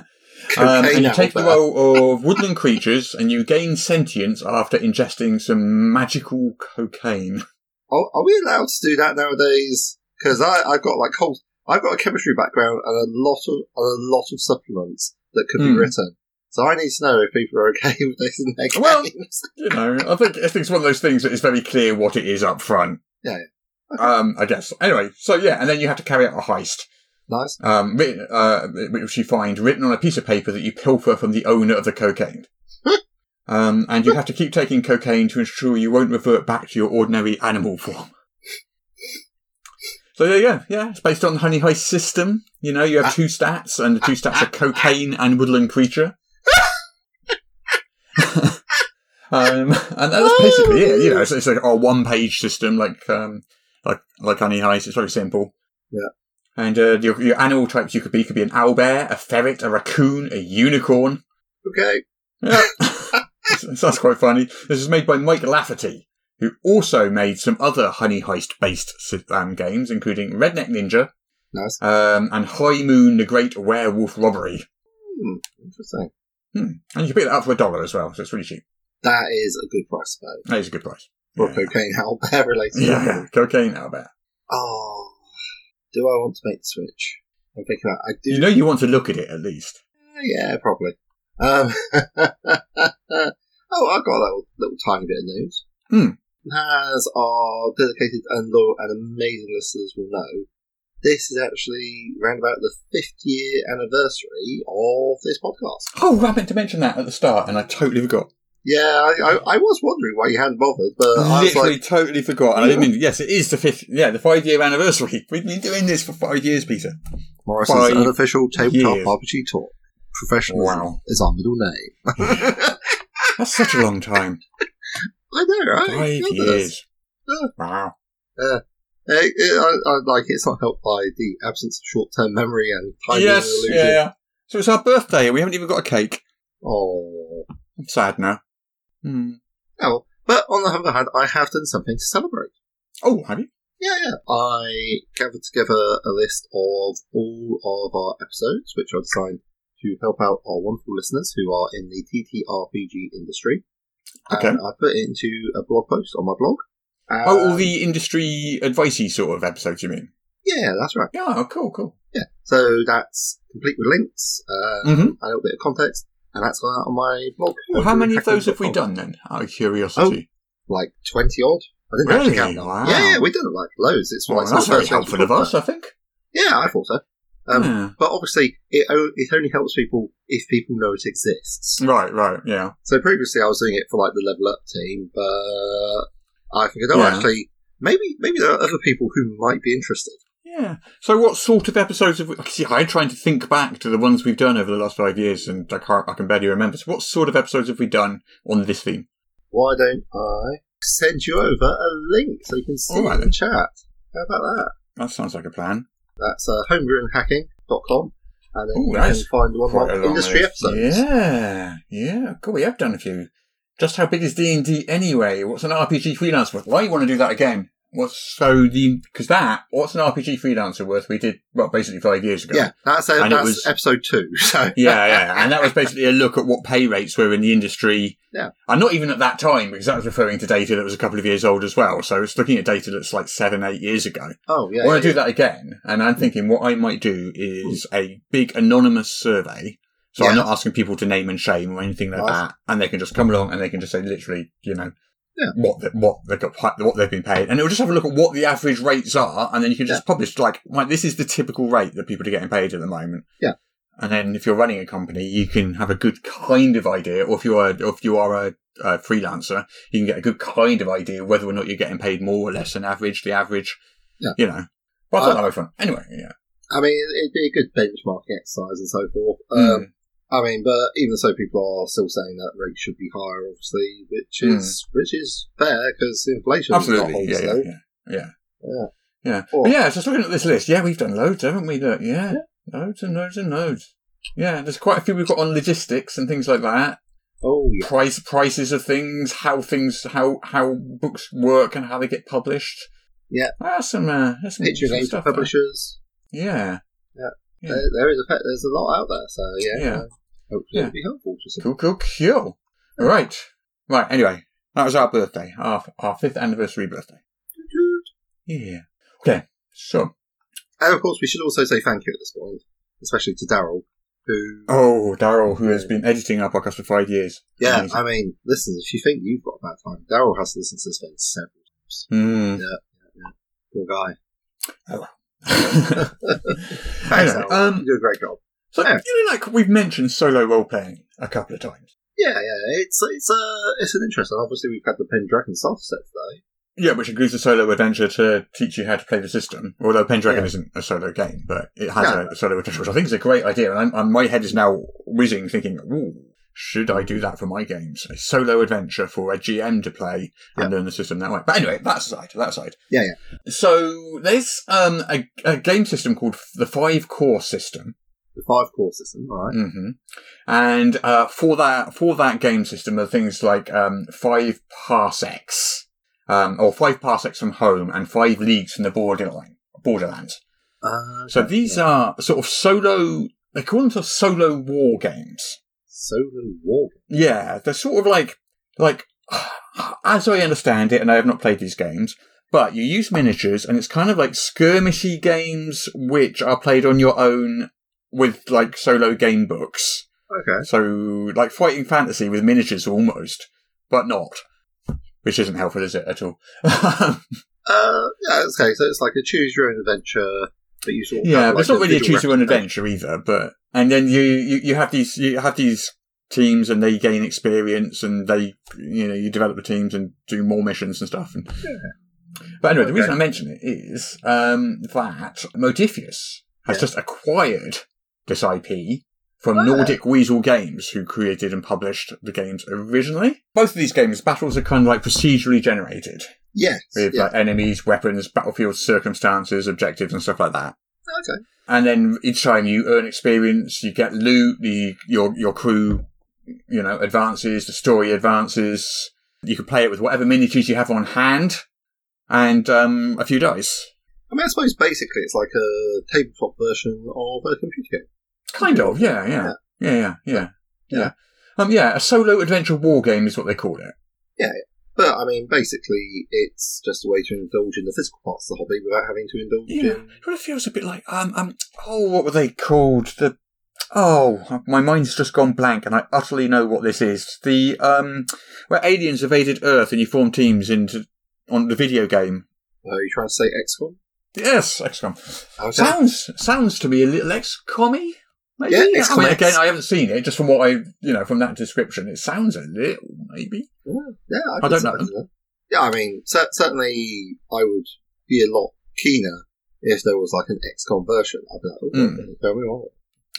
F: go.
E: Um, and you
F: Cocaine
E: take the
F: Owl Bear. (laughs)
E: role of woodland creatures and you gain sentience after ingesting some magical cocaine. (laughs)
F: Are, are we allowed to do that nowadays? Because I I've got like whole I've got a chemistry background and a lot of a lot of supplements that could be
E: Hmm.
F: written. So I need to know if people are okay (laughs) with this in their games.
E: Well- You know, I think, I think it's one of those things that is very clear what it is up front.
F: Yeah,
E: Um, I guess. Anyway, so yeah, and then you have to carry out a heist.
F: nice.
E: um, written, uh, which you find written on a piece of paper that you pilfer from the owner of the cocaine. um, and you have to keep taking cocaine to ensure you won't revert back to your ordinary animal form. So there you go. Yeah, it's based on the Honey Heist system. You know, you have two stats, and the two stats are cocaine and woodland creature. (laughs) um, and that's basically it. You know, it's, it's like a one-page system, like um, like like Honey Heist. It's very simple.
F: Yeah.
E: And uh, your, your animal types you could be could be an owlbear, a ferret, a raccoon, a unicorn.
F: Okay.
E: Yeah. So that's quite funny. This is made by Mike Lafferty, who also made some other Honey Heist based um, games, including Redneck Ninja
F: Nice.
E: um, and High Moon: The Great Werewolf Robbery.
F: Hmm, interesting.
E: And you can pick that up for a dollar as well, so it's really cheap.
F: That is a good price though
E: That is a good price.
F: for
E: Yeah.
F: cocaine owl bear (laughs) related.
E: Yeah, yeah, cocaine owlbear.
F: Oh, do I want to make the switch? I'm thinking about. I do.
E: You know you want to look at it at least.
F: Yeah, probably. Um, (laughs) oh, I've got a little, little tiny bit of news.
E: Hmm.
F: As our dedicated and loyal and amazing listeners will know, this is actually round about the fifth year anniversary of this podcast.
E: Oh, I meant to mention that at the start, and I totally forgot.
F: Yeah, I, I, I was wondering why you hadn't bothered, but Uh, I was
E: Literally,
F: like,
E: totally forgot. And I didn't mean. Yes, it is the fifth. Yeah, the five year anniversary. We've been doing this for five years, Peter.
F: Morrison's
E: five
F: unofficial tabletop
E: years.
F: RPG talk. Professional
E: Wow.
F: is our middle name.
E: That's such a long time.
F: I know, right?
E: Five
F: Goodness.
E: years. Ah.
F: Yeah.
E: Wow.
F: Uh, it- I, I, like it's not helped by the absence of short-term memory and time
E: yes.
F: illusion.
E: Yeah, yeah. So it's our birthday. and We haven't even got a cake.
F: Oh,
E: I'm sad now. Hmm.
F: well, but on the other hand, I have done something to celebrate.
E: Oh, have you?
F: Yeah, yeah. I gathered together a list of all of our episodes, which I've designed to help out our wonderful listeners who are in the TTRPG industry.
E: Okay.
F: And I put it into a blog post on my blog.
E: oh, all
F: Um,
E: the industry advicey sort of episodes. You mean?
F: yeah, that's right.
E: Yeah. Oh, cool. Cool.
F: So that's complete with links, um,
E: Mm-hmm.
F: a little bit of context, and that's on, on my blog.
E: Well, how many of those have Oh, we
F: Hackers.com.
E: done then? Out of curiosity.
F: Oh, Like twenty odd. I didn't actually
E: Really?
F: count. them.
E: Wow.
F: Yeah, yeah, we did it like loads. It's
E: Well,
F: like
E: that's
F: the
E: very
F: first round
E: helpful of us, I think.
F: Yeah, I thought so. Um,
E: Yeah.
F: But obviously, it, o- it only helps people if people know it exists.
E: Right, right, yeah.
F: So previously, I was doing it for like the level up team, but I figured, oh,
E: Yeah.
F: actually, maybe maybe there are other people who might be interested.
E: Yeah. So, what sort of episodes have we? See, I'm trying to think back to the ones we've done over the last five years, and I can't. I can barely remember. So, what sort of episodes have we done on this theme?
F: Why don't I send you over a link so you can see
E: All right,
F: it
E: then.
F: and chat? How about that?
E: That sounds like a plan.
F: That's uh, homebrewandhacking.com, and then
E: Ooh,
F: you
E: nice.
F: can find one
E: Quite a
F: of
E: long
F: industry
E: list.
F: episodes.
E: Yeah, yeah. Cool. We have done a few. Just how big is D and D anyway? What's an RPG freelancer? Why you want to do that again? What's so the because that what's an RPG freelancer worth? We did well basically five years ago.
F: Yeah, that's uh,
E: And it
F: that's
E: was-
F: episode two. (laughs) So
E: yeah, yeah. And that was basically a look at what pay rates were in the industry.
F: Yeah.
E: And not even at that time, because that was referring to data that was a couple of years old as well. So it's looking at data that's like seven, eight years ago.
F: oh yeah,
E: I want
F: yeah, Mm.
E: to do that again. And I'm thinking what I might do is a big anonymous survey. So I'm
F: Yeah.
E: not asking people to name and shame or anything like
F: Nice.
E: that. And they can just come along and they can just say literally, you know,
F: Yeah.
E: what the, what they got pa- what they've been paid, and it'll just have a look at what the average rates are, and then you can just publish like, right, this is the typical rate that people are getting paid at the moment.
F: Yeah.
E: And then if you're running a company, you can have a good kind of idea, or if you are or if you are a, a freelancer, you can get a good kind of idea whether or not you're getting paid more or less than average, the average.
F: Yeah.
E: You know. Well, I thought
F: Uh,
E: that was fun. Anyway, yeah.
F: I mean, it'd be a good benchmarking exercise and so forth.
E: Mm.
F: Um, I mean, but even so, people are still saying that rates should be higher, obviously, which
E: Hmm.
F: is which is fair because inflation not
E: Absolutely.
F: holds
E: Yeah, yeah,
F: though.
E: yeah. Yeah.
F: Yeah.
E: Yeah.
F: Or-
E: But yeah, just looking at this list, yeah, we've done loads, haven't we? Look, yeah. Loads and loads and loads. Yeah, there's quite a few we've got on logistics and things like that.
F: Oh yeah,
E: Price prices of things, how things how how books work and how they get published.
F: Yeah.
E: That's some uh that's some
F: picture
E: interesting
F: games
E: stuff. there.
F: publishers.
E: Yeah. Yeah.
F: There, there is a there's a lot out there, so yeah.
E: Yeah.
F: uh, Hopefully
E: Yeah.
F: it'll be helpful to some.
E: Cool, cool, cool. All right. Right, anyway. That was our birthday. Our our fifth anniversary birthday. Yeah. Okay. So
F: And of course, we should also say thank you at this point, especially to Daryl, who
E: Oh, Daryl, who has been editing our podcast for five years.
F: yeah,
E: Amazing.
F: I mean, listen, if you think you've got a bad time, Daryl has listened to this thing several times.
E: Hmm.
F: (laughs) Poor guy. Thanks,
E: Anyway,
F: Daryl. you
E: um,
F: do a great job.
E: so,
F: Yeah.
E: you know, like we've mentioned solo role playing a couple of times.
F: Yeah, yeah, it's it's uh, it's an interesting. Obviously, we've had the Pendragon soft set today.
E: Yeah, which includes a solo adventure to teach you how to play the system. Although Pendragon
F: Yeah.
E: isn't a solo game, but it has
F: No.
E: a, solo adventure, which I think is a great idea. And, I'm, and my head is now whizzing, thinking, ooh, should I do that for my games? A solo adventure for a GM to play and learn the system that way. But anyway, that aside, that aside.
F: Yeah,
E: So there's um, a, a game system called the Five Core System.
F: The five core system, all right.
E: hmm And uh, for that for that game system are things like um, five parsecs, um, or five parsecs from home, and five leagues from the borderline borderlands.
F: Uh,
E: So these are sort of solo. They call themselves solo war games.
F: solo war.
E: Yeah, they're sort of like like (sighs) as I understand it, and I have not played these games. But you use miniatures, and it's kind of like skirmishy games, which are played on your own with like solo game books.
F: Okay.
E: So, like fighting fantasy with miniatures almost, but not. Which isn't helpful, is it, at all? (laughs)
F: Uh, yeah, it's okay. So it's like a choose your own adventure, but you sort of
E: yeah,
F: have,
E: but
F: like,
E: it's not really a
F: visual
E: choose your own
F: representation.
E: adventure either, but, and then you, you, you have these, you have these teams and they gain experience and they, you know, you develop the teams and do more missions and stuff. And, But anyway, the reason I mention it is um, that Modifius has just acquired this IP from Nordic Weasel Games, who created and published the games originally. Both of these games, battles are kind of like procedurally generated
F: Yes.
E: with
F: yeah.
E: like enemies, weapons, battlefield circumstances, objectives, and stuff like that.
F: Okay.
E: And then each time you earn experience, you get loot. The your your crew, you know, advances. The story advances. You can play it with whatever miniatures you have on hand, and um, a few dice.
F: I mean, I suppose basically it's like a tabletop version of a computer game.
E: Kind of, yeah, yeah, yeah, yeah, yeah, yeah. Um, yeah, a solo adventure war game is what they call it.
F: But I mean, basically, it's just a way to indulge in the physical parts of the hobby without having to indulge
E: Yeah,
F: in.
E: it feels a bit like um um oh what were they called the oh my mind's just gone blank and I utterly know what this is the um where aliens invaded Earth and you form teams into on the video game.
F: Are uh, you trying to say XCOM?
E: Yes, XCOM.
F: Okay.
E: Sounds sounds to me a little XCOMy. Maybe.
F: Yeah,
E: I mean,
F: XCOM.
E: again, I haven't seen it. Just from what I, you know, from that description, it sounds a little maybe.
F: Yeah, yeah
E: I don't
F: could
E: know.
F: see that. Yeah, I mean, cer- certainly, I would be a lot keener if there was like an XCOM version. I'd be like, oh,
E: Mm.
F: okay, tell me more.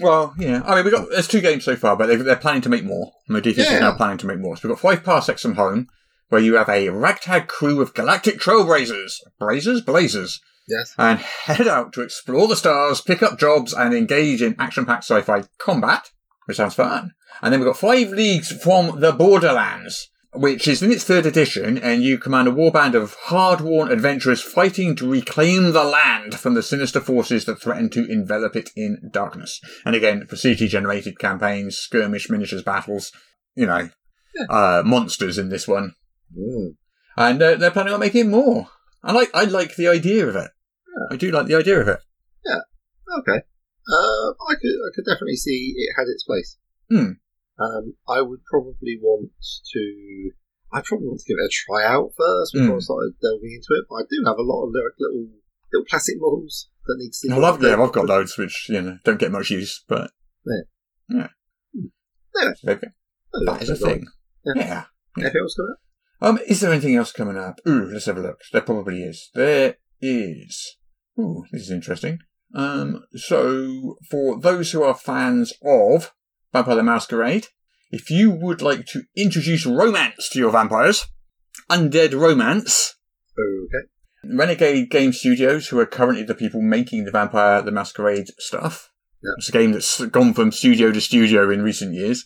E: Well, yeah. I mean, we got there's two games so far, but they they're planning to make more. Modiphius
F: Yeah.
E: is now planning to make more. So we've got five parsecs from home, where you have a ragtag crew of galactic trailblazers, blazers, blazers,
F: Yes.
E: and head out to explore the stars, pick up jobs, and engage in action-packed sci-fi combat, which sounds fun. And then we've got five leagues from the Borderlands, which is in its third edition, and you command a warband of hard-worn adventurers fighting to reclaim the land from the sinister forces that threaten to envelop it in darkness. And again, procedurally-generated campaigns, skirmish, miniatures, battles, you know, uh, monsters in this one.
F: Mm.
E: And uh, they're planning on making more. I like, I like the idea of it. I do like the idea of it.
F: Okay. Uh, I could, I could definitely see it had its place.
E: Hmm.
F: Um, I would probably want to. I probably want to give it a try out first before
E: Hmm.
F: I started delving into it. But I do have a lot of lyric little little classic models that need to. see-
E: I love them. I've got loads which you know don't get much use, but
F: Yeah.
E: yeah,
F: Yeah.
E: Okay.
F: Oh,
E: that is a
F: that's right.
E: thing.
F: Yeah.
E: Yeah.
F: Anything else coming up?
E: Um, is there anything else coming up? Ooh, let's have a look. There probably is. There is. Ooh, this is interesting. Um, so for those who are fans of Vampire the Masquerade, if you would like to introduce romance to your vampires, Undead Romance
F: Okay.
E: Renegade Game Studios, who are currently the people making the Vampire the Masquerade stuff.
F: Yeah.
E: It's a game that's gone from studio to studio in recent years.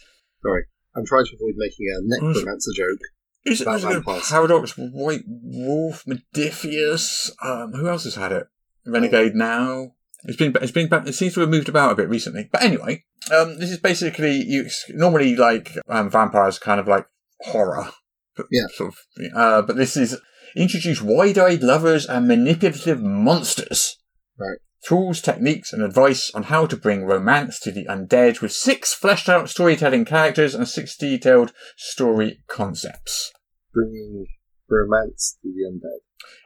F: I'm trying to avoid making a necromancer joke.
E: Is it
F: About
E: was it
F: vampires.
E: Paradox, White Wolf, Modifius? Um, who else has had it?
F: Oh.
E: Renegade now. It's been it's been it seems to have moved about a bit recently. But anyway, um, this is basically you normally like um, vampires kind of like horror, but
F: Yeah.
E: sort of. Uh, but this is introduce wide-eyed lovers and manipulative monsters.
F: Right.
E: Tools, techniques, and advice on how to bring romance to the undead with six fleshed out storytelling characters and six detailed story concepts.
F: Bringing romance to the undead.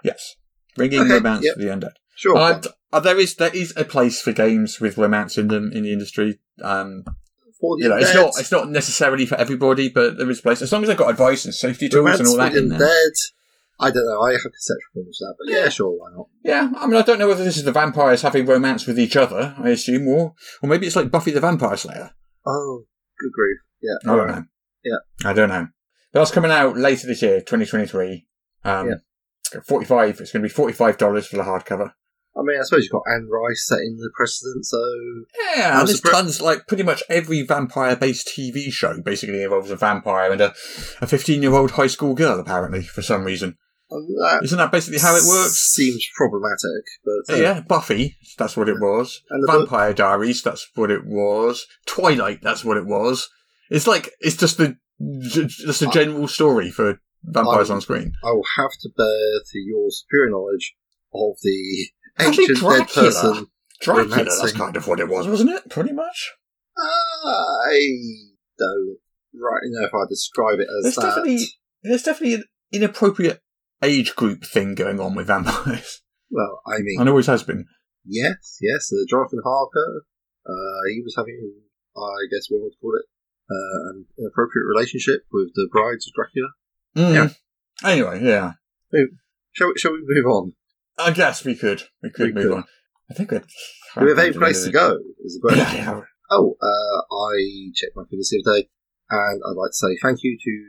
E: Yes. Bringing
F: Okay,
E: romance
F: yep.
E: to the undead.
F: Sure.
E: Uh, d- uh, there is there is a place for games with romance in them in the industry. Um,
F: for the
E: you know, it's
F: undead.
E: not it's not necessarily for everybody, but there is a place as long as they've got advice and safety tools
F: romance
E: and all that
F: for the
E: in there.
F: undead. I don't know. I have conceptual problems with that, but yeah, sure, why not?
E: Yeah, I mean, I don't know whether this is the vampires having romance with each other. I assume, or or maybe it's like Buffy the Vampire Slayer.
F: Oh, good grief. Yeah.
E: I don't know.
F: Yeah.
E: I don't know. But that's coming out later this year, 2023. Um,
F: Yeah.
E: 45. It's going to be $45 for the hardcover.
F: I mean, I suppose you've got Anne Rice setting the precedent, so
E: Yeah,
F: I'm
E: there's
F: surpri-
E: tons, like pretty much every vampire based TV show basically involves a vampire and a, a 15 year old high school girl, apparently, for some reason.
F: um, that
E: Isn't that basically how it works?
F: seems problematic. But uh,
E: Yeah, Buffy, that's what it was.
F: And the book-
E: Vampire Diaries, that's what it was. Twilight, that's what it was. It's like, it's just the, just the general story for vampires
F: I-
E: on screen.
F: I will have to bear to your superior knowledge of the
E: Actually,
F: ancient dead
E: Dracula.
F: person.
E: Dracula, that's
F: Romancing.
E: kind of what it was, wasn't it? Pretty much.
F: I don't right know if I describe it as
E: There's
F: that.
E: definitely there's definitely an inappropriate age group thing going on with vampires, (laughs)
F: Well, I mean,
E: and always has been.
F: Yes, yes. Uh, Jonathan Harker, uh, he was having, I guess one would call it, uh, an inappropriate relationship with the brides of Dracula.
E: Mm.
F: Yeah.
E: Anyway, yeah.
F: Shall we, shall we move on?
E: I guess we could. We could
F: We
E: move
F: could.
E: on. I think we're.
F: we have eight places to go. Is the question.
E: Yeah, yeah.
F: Oh, uh, I checked my figures the other day, and I'd like to say thank you to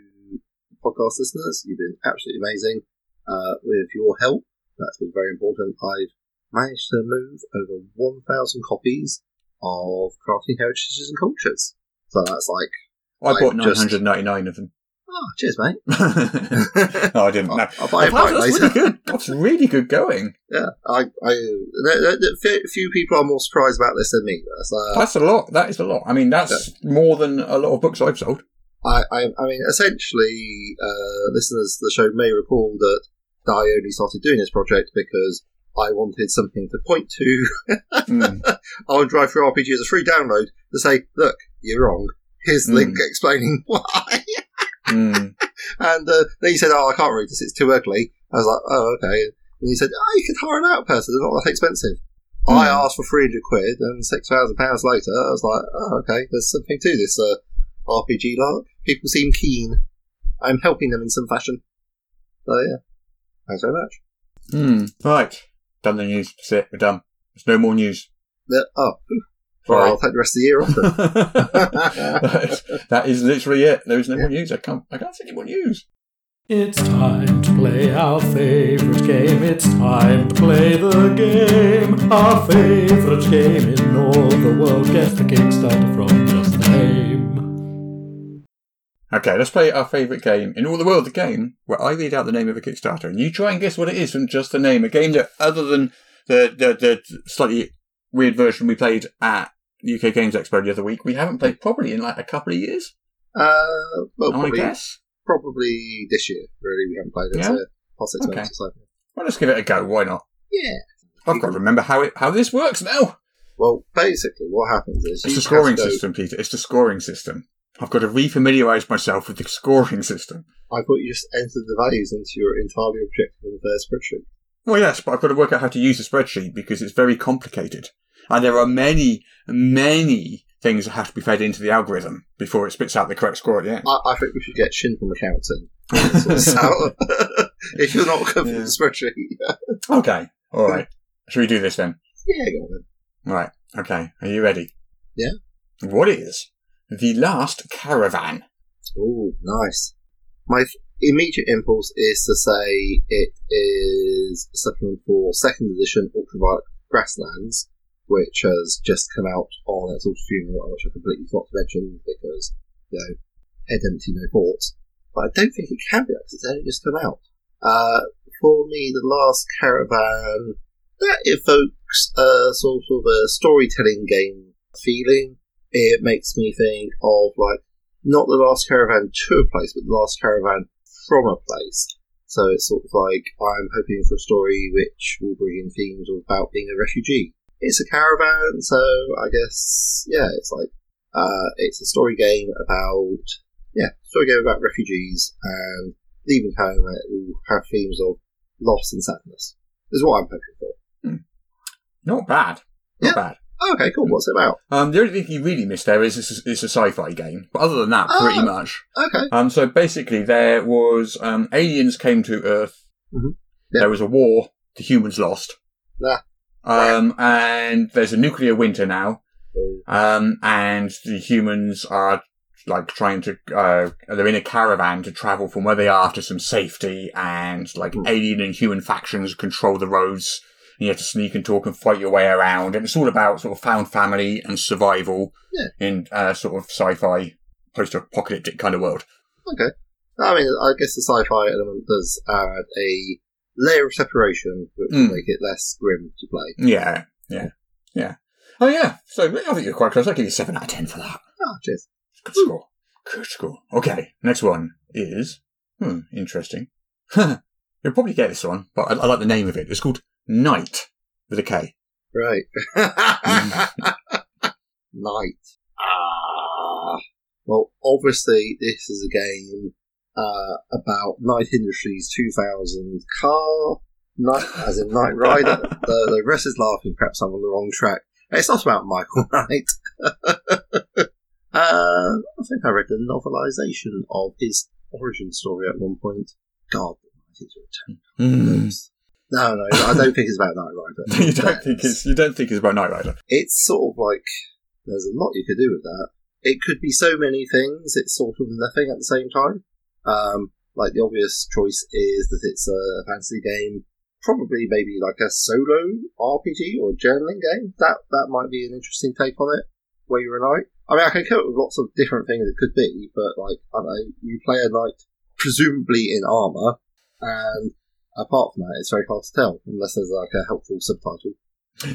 F: the podcast listeners. You've been absolutely amazing uh, with your help. That's been very important. I've managed to move over 1,000 copies of Crafting Heritages and Cultures. So that's like,
E: I bought
F: I just-
E: 999 of them. (laughs)
F: oh, cheers, mate.
E: no, I didn't.
F: (laughs)
E: No.
F: I'll, I'll buy
E: I
F: a
E: thought
F: bike
E: that's really
F: later. (laughs)
E: good. That's really good going.
F: Yeah, I, I, there, there- there- fe- few people are more surprised about this than me. That's, uh,
E: That's a lot. That is a lot. I mean, that's more than a lot of books I've
F: (laughs)
E: sold.
F: I, I, I mean, essentially, uh, listeners to the show may recall that I only started doing this project because I wanted something to point to (laughs)
E: Mm.
F: on Drive Through RPG as a free download to say, look, you're wrong. Here's the link
E: Mm.
F: explaining (laughs) why.
E: Mm.
F: And uh, then you said, oh, I can't read this, it's too ugly. I was like, oh, okay. And you said, oh, you could hire an out person, they're not that expensive. I
E: Mm.
F: asked for 300 quid, and £6,000 pounds later, I was like, oh, okay, there's something to this uh, RPG lark. People seem keen. I'm helping them in some fashion. So, yeah. Thanks very much.
E: Mm. Right. Done the news. That's it. We're done. There's no more news.
F: Yeah, oh, well,
E: Sorry.
F: (laughs) I'll take the rest of the year off
E: (laughs)
F: then.
E: that, is, that is literally it. There is no more news. I can't. I can't see any more news.
G: It's time to play our favorite game. It's time to play the game. Our favorite game in all the world. Guess the Kickstarter from just the name.
E: Okay, let's play our favourite game in all the world. The game where I read out the name of a Kickstarter and you try and guess what it is from just the name. A game that, other than the the, the slightly weird version we played at UK Games Expo the other week, we haven't played probably in like a couple of years.
F: Uh, well,
E: I wanna
F: probably,
E: guess.
F: probably this year, really. We haven't played it
E: Yeah?
F: for past six
E: Okay.
F: months or so.
E: Well, let's give it a go. Why not?
F: Yeah.
E: I've got to remember how it how this works now.
F: Well, basically, what happens is
E: It's
F: you
E: the scoring
F: have to go-
E: system, Peter. It's the scoring system. I've got to refamiliarise myself with the scoring system.
F: I thought you just entered the values into your entirely objective and fair spreadsheet.
E: Well, yes, but I've got to work out how to use a spreadsheet because it's very complicated. And there are many, many things that have to be fed into the algorithm before it spits out the correct score at the end.
F: I, I think we should get Shin from
E: (laughs)
F: accounting. So, (laughs) if you're not confident
E: Yeah.
F: with the spreadsheet, (laughs)
E: okay. All right. Shall we do this then?
F: yeah, go on then.
E: Right. Okay. Are you ready?
F: Yeah.
E: What is the last caravan?
F: Oh, nice. My f- immediate impulse is to say it is a supplement for second edition Ultraviolet Grasslands, which has just come out on its auto funeral, which I completely forgot to mention because, you know, head empty, no thoughts. But I don't think it can be because it's only just come out. Uh, for me, the last caravan that evokes a sort of a storytelling game feeling. It makes me think of like not the last caravan to a place, but the last caravan from a place. So it's sort of like I'm hoping for a story which will bring in themes about being a refugee. It's a caravan, so I guess yeah, it's like uh, it's a story game about yeah, story game about refugees and leaving home. and It will have themes of loss and sadness. Is what I'm hoping for.
E: Not bad. Not
F: Yeah.
E: bad.
F: Okay, cool. What's it about?
E: Um, the only thing you really missed there is it's a, it's a sci-fi game. But other than that, pretty
F: Oh.
E: much.
F: Okay,
E: Um, so basically, there was um, aliens came to Earth.
F: Mhm. Yeah.
E: There was a war. The humans lost.
F: Ah.
E: Um, and there's a nuclear winter now.
F: Oh.
E: Um, and the humans are like trying to. Uh, they're in a caravan to travel from where they are to some safety, and like
F: Hmm.
E: alien and human factions control the roads. And you have to sneak and talk and fight your way around, and it's all about sort of found family and survival
F: Yeah.
E: in uh, sort of sci-fi post-apocalyptic kind of world.
F: Okay. I mean, I guess the sci-fi element does add a layer of separation, which will
E: Mm.
F: make it less grim to play.
E: Yeah, yeah, yeah. Oh yeah. So I think you're quite close. I'll give you seven out of ten for that.
F: Oh, cheers.
E: Good score. Good score. Okay. Next one is hmm, interesting. (laughs) You'll probably get this one, but I, I like the name of it. It's called Night with a K. (laughs)
F: Right. Night. Ah. Well, obviously, this is a game uh, about Night Industries 2000 car, night, as in
E: (laughs)
F: Night Rider. the, the (laughs) rest is laughing. Perhaps I'm on the wrong track. It's not about Michael Knight. Uh, I think I read the novelization of his origin story at one point. God, it's a
E: Mm.
F: return. No, no, I don't think it's about Knight Rider.
E: (laughs) you don't think it's you don't think it's about Knight Rider.
F: It's sort of like there's a lot you could do with that. It could be so many things. It's sort of nothing at the same time. Um, like the obvious choice is that it's a fantasy game, probably maybe like a solo RPG or a journaling game. That that might be an interesting take on it. Where you're a knight. I mean, I can come up with lots of different things it could be, but like I don't know, you play a knight presumably in armor, and apart from that, it's very hard to tell unless there's like a helpful subtitle.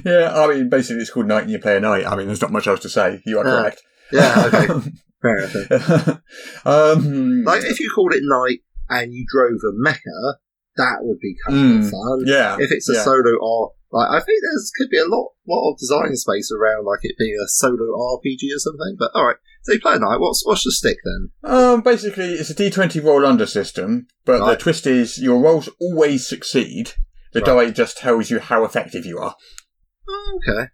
E: Yeah, I mean, basically, it's called Knight and you play a Knight. I mean, there's not much else to say. You are
F: Yeah.
E: correct.
F: Yeah, okay, fair enough.
E: (laughs) um,
F: Like if you called it night and you drove a mecha, that would be kind
E: Mm,
F: of fun.
E: yeah,
F: If it's a
E: yeah.
F: solo art, like I think there's could be a lot lot of design space around like it being a solo RPG or something. But all right, so you play a night. What's what's the stick then?
E: Um, basically, it's a D20 roll under system, but the
F: Right.
E: twist is your rolls always succeed. The die just tells you how effective you are.
F: Oh, okay,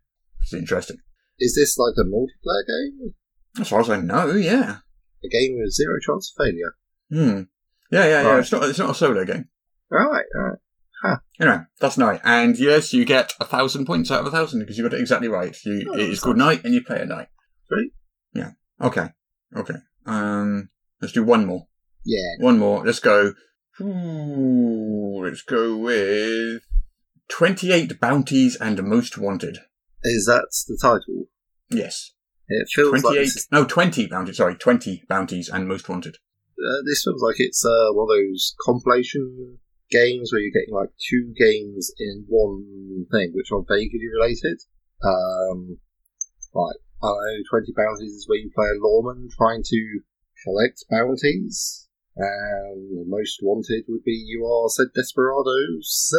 E: It's interesting.
F: is this like a multiplayer game?
E: As far as I know, yeah.
F: A game with zero chance of failure.
E: Hmm. Yeah, yeah, yeah.
F: Right.
E: It's not. It's not a solo game.
F: All right, all right.
E: Anyway, that's Knight, and yes, you get a thousand points out of a thousand because you got it exactly right. You,
F: Oh,
E: it is
F: that's
E: called Knight, and you play a Knight.
F: Great.
E: Yeah. Okay. Okay. Um, let's do one more.
F: Yeah,
E: One more. Let's go. Ooh, let's go with 28 bounties and most wanted.
F: is that the title?
E: Yes.
F: It feels like
E: 28.
F: this, is-
E: No, 20 bounties. Sorry, 20 bounties and most wanted.
F: uh, this feels like it's uh, one of those compilation games where you're getting like two games in one thing, which are vaguely related. Um, like I don't know, twenty bounties is where you play a lawman trying to collect bounties, and the most wanted would be you are said desperados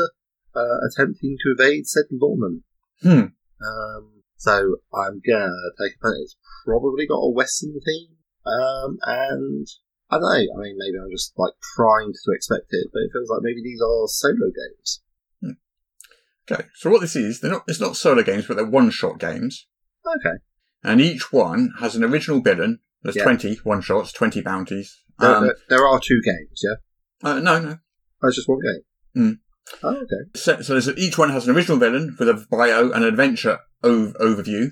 F: uh, attempting to evade said lawman.
E: Hmm.
F: Um, so I'm gonna take a It's probably got a Western theme. Um, and I don't know. I mean, maybe I'm just like primed to expect it, but it feels like maybe these are solo games.
E: Okay. So what this is, they're not, it's not solo games, but they're one-shot games.
F: Okay.
E: And each one has an original villain. There's
F: Yeah.
E: 20 one-shots, 20 bounties.
F: There,
E: Um,
F: there, there are two games, yeah?
E: uh, no, no.
F: That's just one game.
E: Mm.
F: Oh, okay.
E: So, so there's, each one has an original villain with a bio and adventure ov- overview.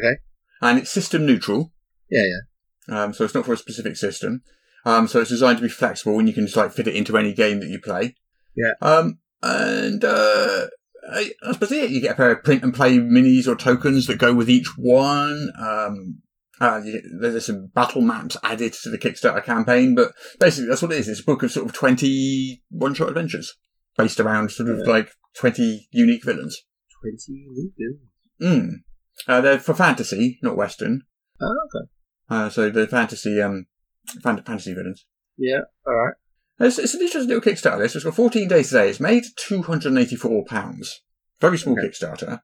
F: Okay.
E: And it's system neutral.
F: Yeah, yeah.
E: Um, so it's not for a specific system. Um, so it's designed to be flexible and you can just like fit it into any game that you play.
F: Yeah.
E: Um, and, uh, I, I suppose yeah, you get a pair of print and play minis or tokens that go with each one. Um, uh, you, there's some battle maps added to the Kickstarter campaign, but basically that's what it is. It's a book of sort of 20 one-shot adventures based around sort of
F: Yeah.
E: like 20 unique villains.
F: 20 unique games.
E: Mm. Uh, they're for fantasy, not Western.
F: Oh, okay.
E: Uh, so the fantasy, um, fan- fantasy villains.
F: Yeah, alright.
E: It's, it's an interesting little Kickstarter. This it's got 14 days today. It's made 284 pounds. Very small
F: Okay.
E: Kickstarter.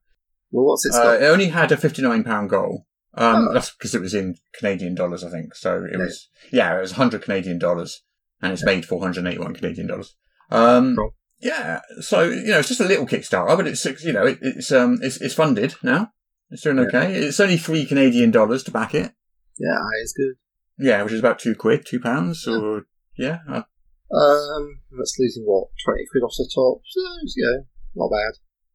F: Well, what's it
E: Uh,
F: got?
E: it only had a 59 pound goal. Um,
F: Oh.
E: That's because it was in Canadian dollars, I think. So it
F: Yeah.
E: was yeah, it was 100 Canadian dollars, and it's made 481 Canadian dollars. Um,
F: Cool.
E: yeah. So you know, it's just a little Kickstarter, but it's you know, it, it's um, it's it's funded now. It's doing
F: Yeah.
E: okay. It's only three Canadian dollars to back it.
F: yeah, it's good.
E: Yeah, which is about two quid, two pounds, or yeah, uh,
F: Um, that's losing what? 20 quid off the top? So, yeah, not bad.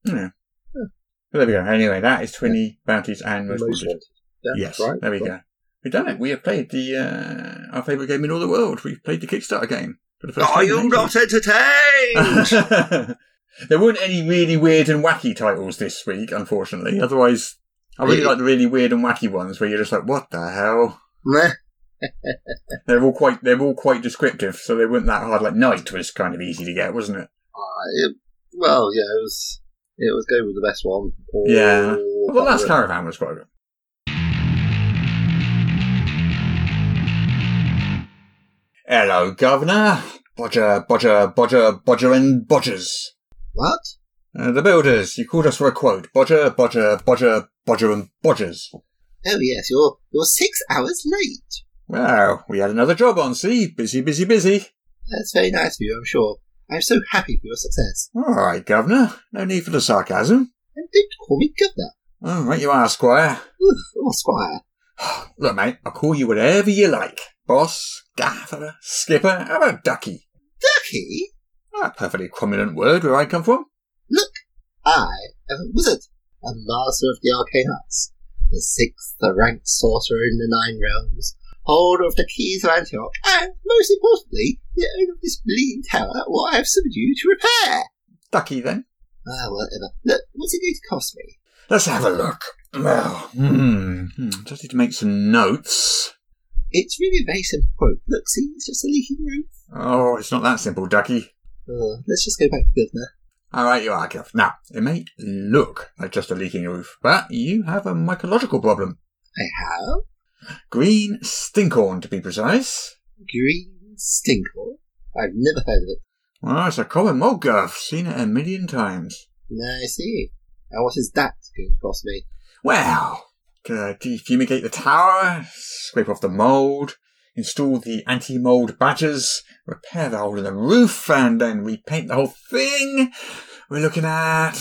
E: yeah. Well, there we go. Anyway, that is twenty bounties and most,
F: Most
E: wanted.
F: wanted. Yeah,
E: yes,
F: right.
E: there we go. We've done it. We have played the uh, our favorite game in all the world. We've played the Kickstarter game for the first.
F: Are
E: time
F: you
E: in
F: not entertained?
E: (laughs) ages. there weren't any really weird and wacky titles this week, unfortunately. Otherwise, I really
F: Yeah.
E: like the really weird and wacky ones where you're just like, "What the hell."
F: Meh.
E: They're all quite they're all quite descriptive, so they weren't that hard. Like night was kind of easy to get, wasn't it?
F: Uh, it, well, yeah, it was. It was go with the best one. Or
E: Yeah.
D: Oh,
E: Well, the last
F: Valorant.
E: caravan was quite good. Hello, Governor. Bodger, Bodger, Bodger, Bodger and Bodgers.
F: What?
E: Uh, the builders, you called us for a quote. Bodger, Bodger, Bodger, Bodger and Bodgers.
D: Oh, yes, you're, you're six hours late.
E: Well, we had another job on, see? Busy, busy, busy.
D: That's very nice of you, I'm sure. I'm so happy for your success.
E: Alright, Governor. No need for the sarcasm.
D: And don't call me governor.
E: Alright, you are, Squire.
D: Oof, or squire.
E: Look, mate, I'll call you whatever you like. Boss, gaffer, skipper, how about ducky?
F: Ducky?
E: A perfectly prominent word where I come from.
F: I am a wizard, a master of the arcane arts, the sixth ranked sorcerer in the Nine Realms, holder of the keys of Antioch, and, most importantly, the owner of this bleeding tower what I have subdued to repair.
E: Ducky, then.
F: Ah, whatever. Look, what's it going to cost me?
E: Let's have a look. Well, hmm, hmm, just need to make some notes.
F: It's really a very simple quote. Look, see, it's just a leaking roof.
E: Oh, it's not that simple, Ducky.
F: Uh, let's just go back to Governor.
E: All right, you are, Kev. Now, it may look like just a leaking roof, but you have a mycological problem.
F: I have
E: Green stinkhorn, to be precise.
F: green stinkle. I've never heard of it.
E: Well, it's a common mogurf. Seen it a million times.
F: Now I see. And what is that going to cost me?
E: Well, to defumigate the tower, scrape off the mould, install the anti-mould badges, repair the hole in the roof, and then repaint the whole thing. We're looking at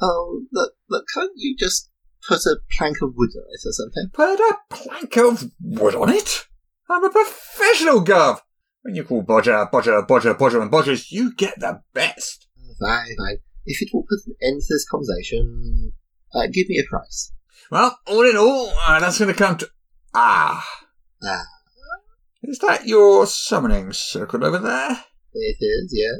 F: Oh, look, look, can't you just put a plank of wood on it or something?
E: put a plank of wood on it. I'm a professional gov. When you call bodger, bodger, bodger, bodger, and bodgers, you get the best.
F: Fine, fine. If it will put an end to this conversation, uh, give me a price.
E: Well, all in all, uh, that's going to come to ah.
F: Ah.
E: Is that your summoning circle over there?
F: It is, yeah.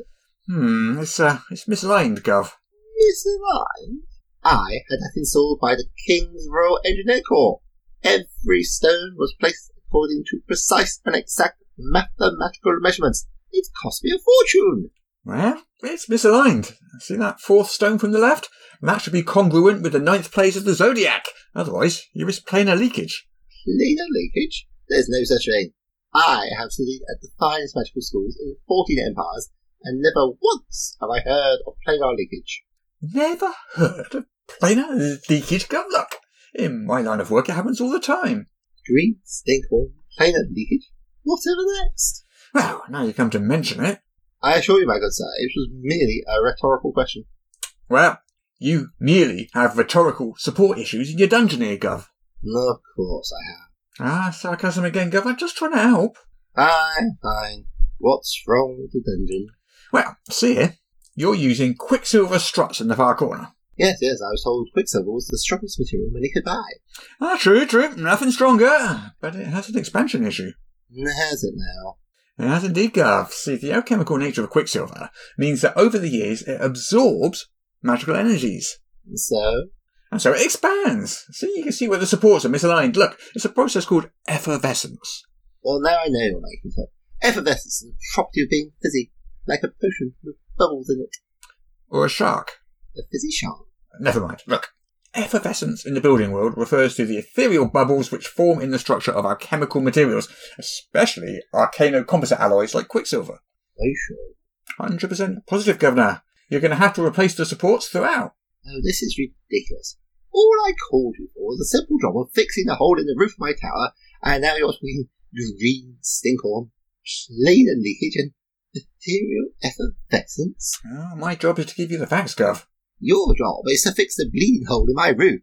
E: Hmm, it's uh, it's misaligned, Gov.
F: Mr. Mine. I had that installed by the King's Royal Engineer Corps. Every stone was placed according to precise and exact mathematical measurements. It cost me a fortune.
E: Well, it's misaligned. See that fourth stone from the left? That should be congruent with the ninth place of the zodiac. Otherwise, you risk planar leakage.
F: Lena leakage? There's no such thing. I have studied at the finest magical schools in 14 empires, and never once have I heard of planar leakage.
E: Never heard of planar leakage, Gov. Look, in my line of work, it happens all the time.
F: Green, stinkhorn, planar leakage? Whatever next?
E: Well, now you come to mention it.
F: I assure you, my good sir, it was merely a rhetorical question.
E: Well, you merely have rhetorical support issues in your dungeon here, Gov.
F: Of course I have.
E: Ah, sarcasm again, Gov. I'm just trying to help.
F: Fine, fine. What's wrong with the dungeon?
E: Well, see here. You're using quicksilver struts in the far corner.
F: Yes, yes, I was told Quicksilver was the strongest material money could buy.
E: Ah, true, true. Nothing stronger. But it has an expansion issue.
F: And Has it now?
E: It has indeed, Garth. See, the alchemical nature of Quicksilver means that over the years it absorbs magical energies.
F: So,
E: And so it expands. See, you can see where the supports are misaligned. Look, it's a process called effervescence.
F: well, now I know you're making it up. Effervescence is the property of being fizzy, like a potion with bubbles in it.
E: Or a shark.
F: A fizzy shark.
E: Never mind. Look. Effervescence in the building world refers to the ethereal bubbles which form in the structure of alchemical materials, especially arcano-composite alloys like quicksilver.
F: Are you sure?
E: 100% positive, Governor. You're going to have to replace the supports throughout.
F: Oh, this is ridiculous. All I called you for was a simple job of fixing a hole in the roof of my tower, and now you're talking green stinkhorn, planar leakage, and ethereal effervescence.
E: Oh, my job is to give you the facts, Gov.
F: Your job is to fix the bleeding hole in my roof.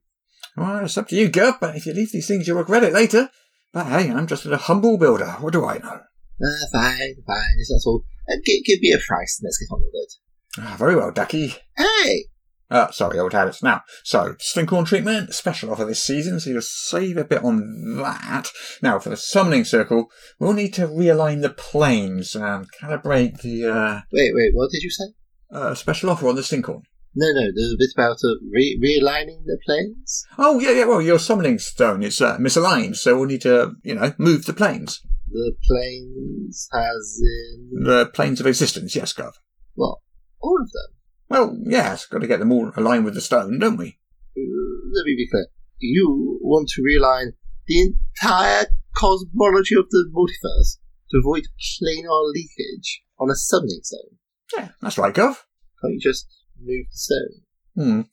E: Well, it's up to you, Gov, but if you leave these things, you'll regret it later. But hey, I'm just a humble builder. What do I know?
F: Uh, fine, fine, if that's all. Uh, give, give me a price and let's get on with it.
E: Ah, very well, Ducky.
F: Hey!
E: Uh, sorry, old habits. Now, so, Stinkhorn treatment, special offer this season, so you'll save a bit on that. Now, for the summoning circle, we'll need to realign the planes and calibrate the, uh,
F: Wait, wait, what did you say?
E: uh special offer on the Stinkhorn.
F: No, no, there's a bit about uh, re- realigning the planes.
E: Oh, yeah, yeah, well, your summoning stone is uh, misaligned, so we'll need to, you know, move the planes.
F: The planes, as in.
E: The planes of existence, yes, Gov.
F: What? All of them?
E: Well, yes, got to get them all aligned with the stone, don't we?
F: Uh, let me be clear. You want to realign the entire cosmology of the multiverse to avoid planar leakage on a summoning stone.
E: Yeah, that's right, Gov.
F: Can't you just move the stone?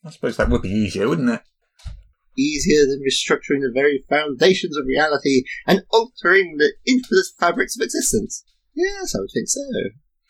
E: Hmm, I suppose that would be easier, wouldn't it?
F: easier than restructuring the very foundations of reality and altering the infamous fabrics of existence. Yes, I would think so.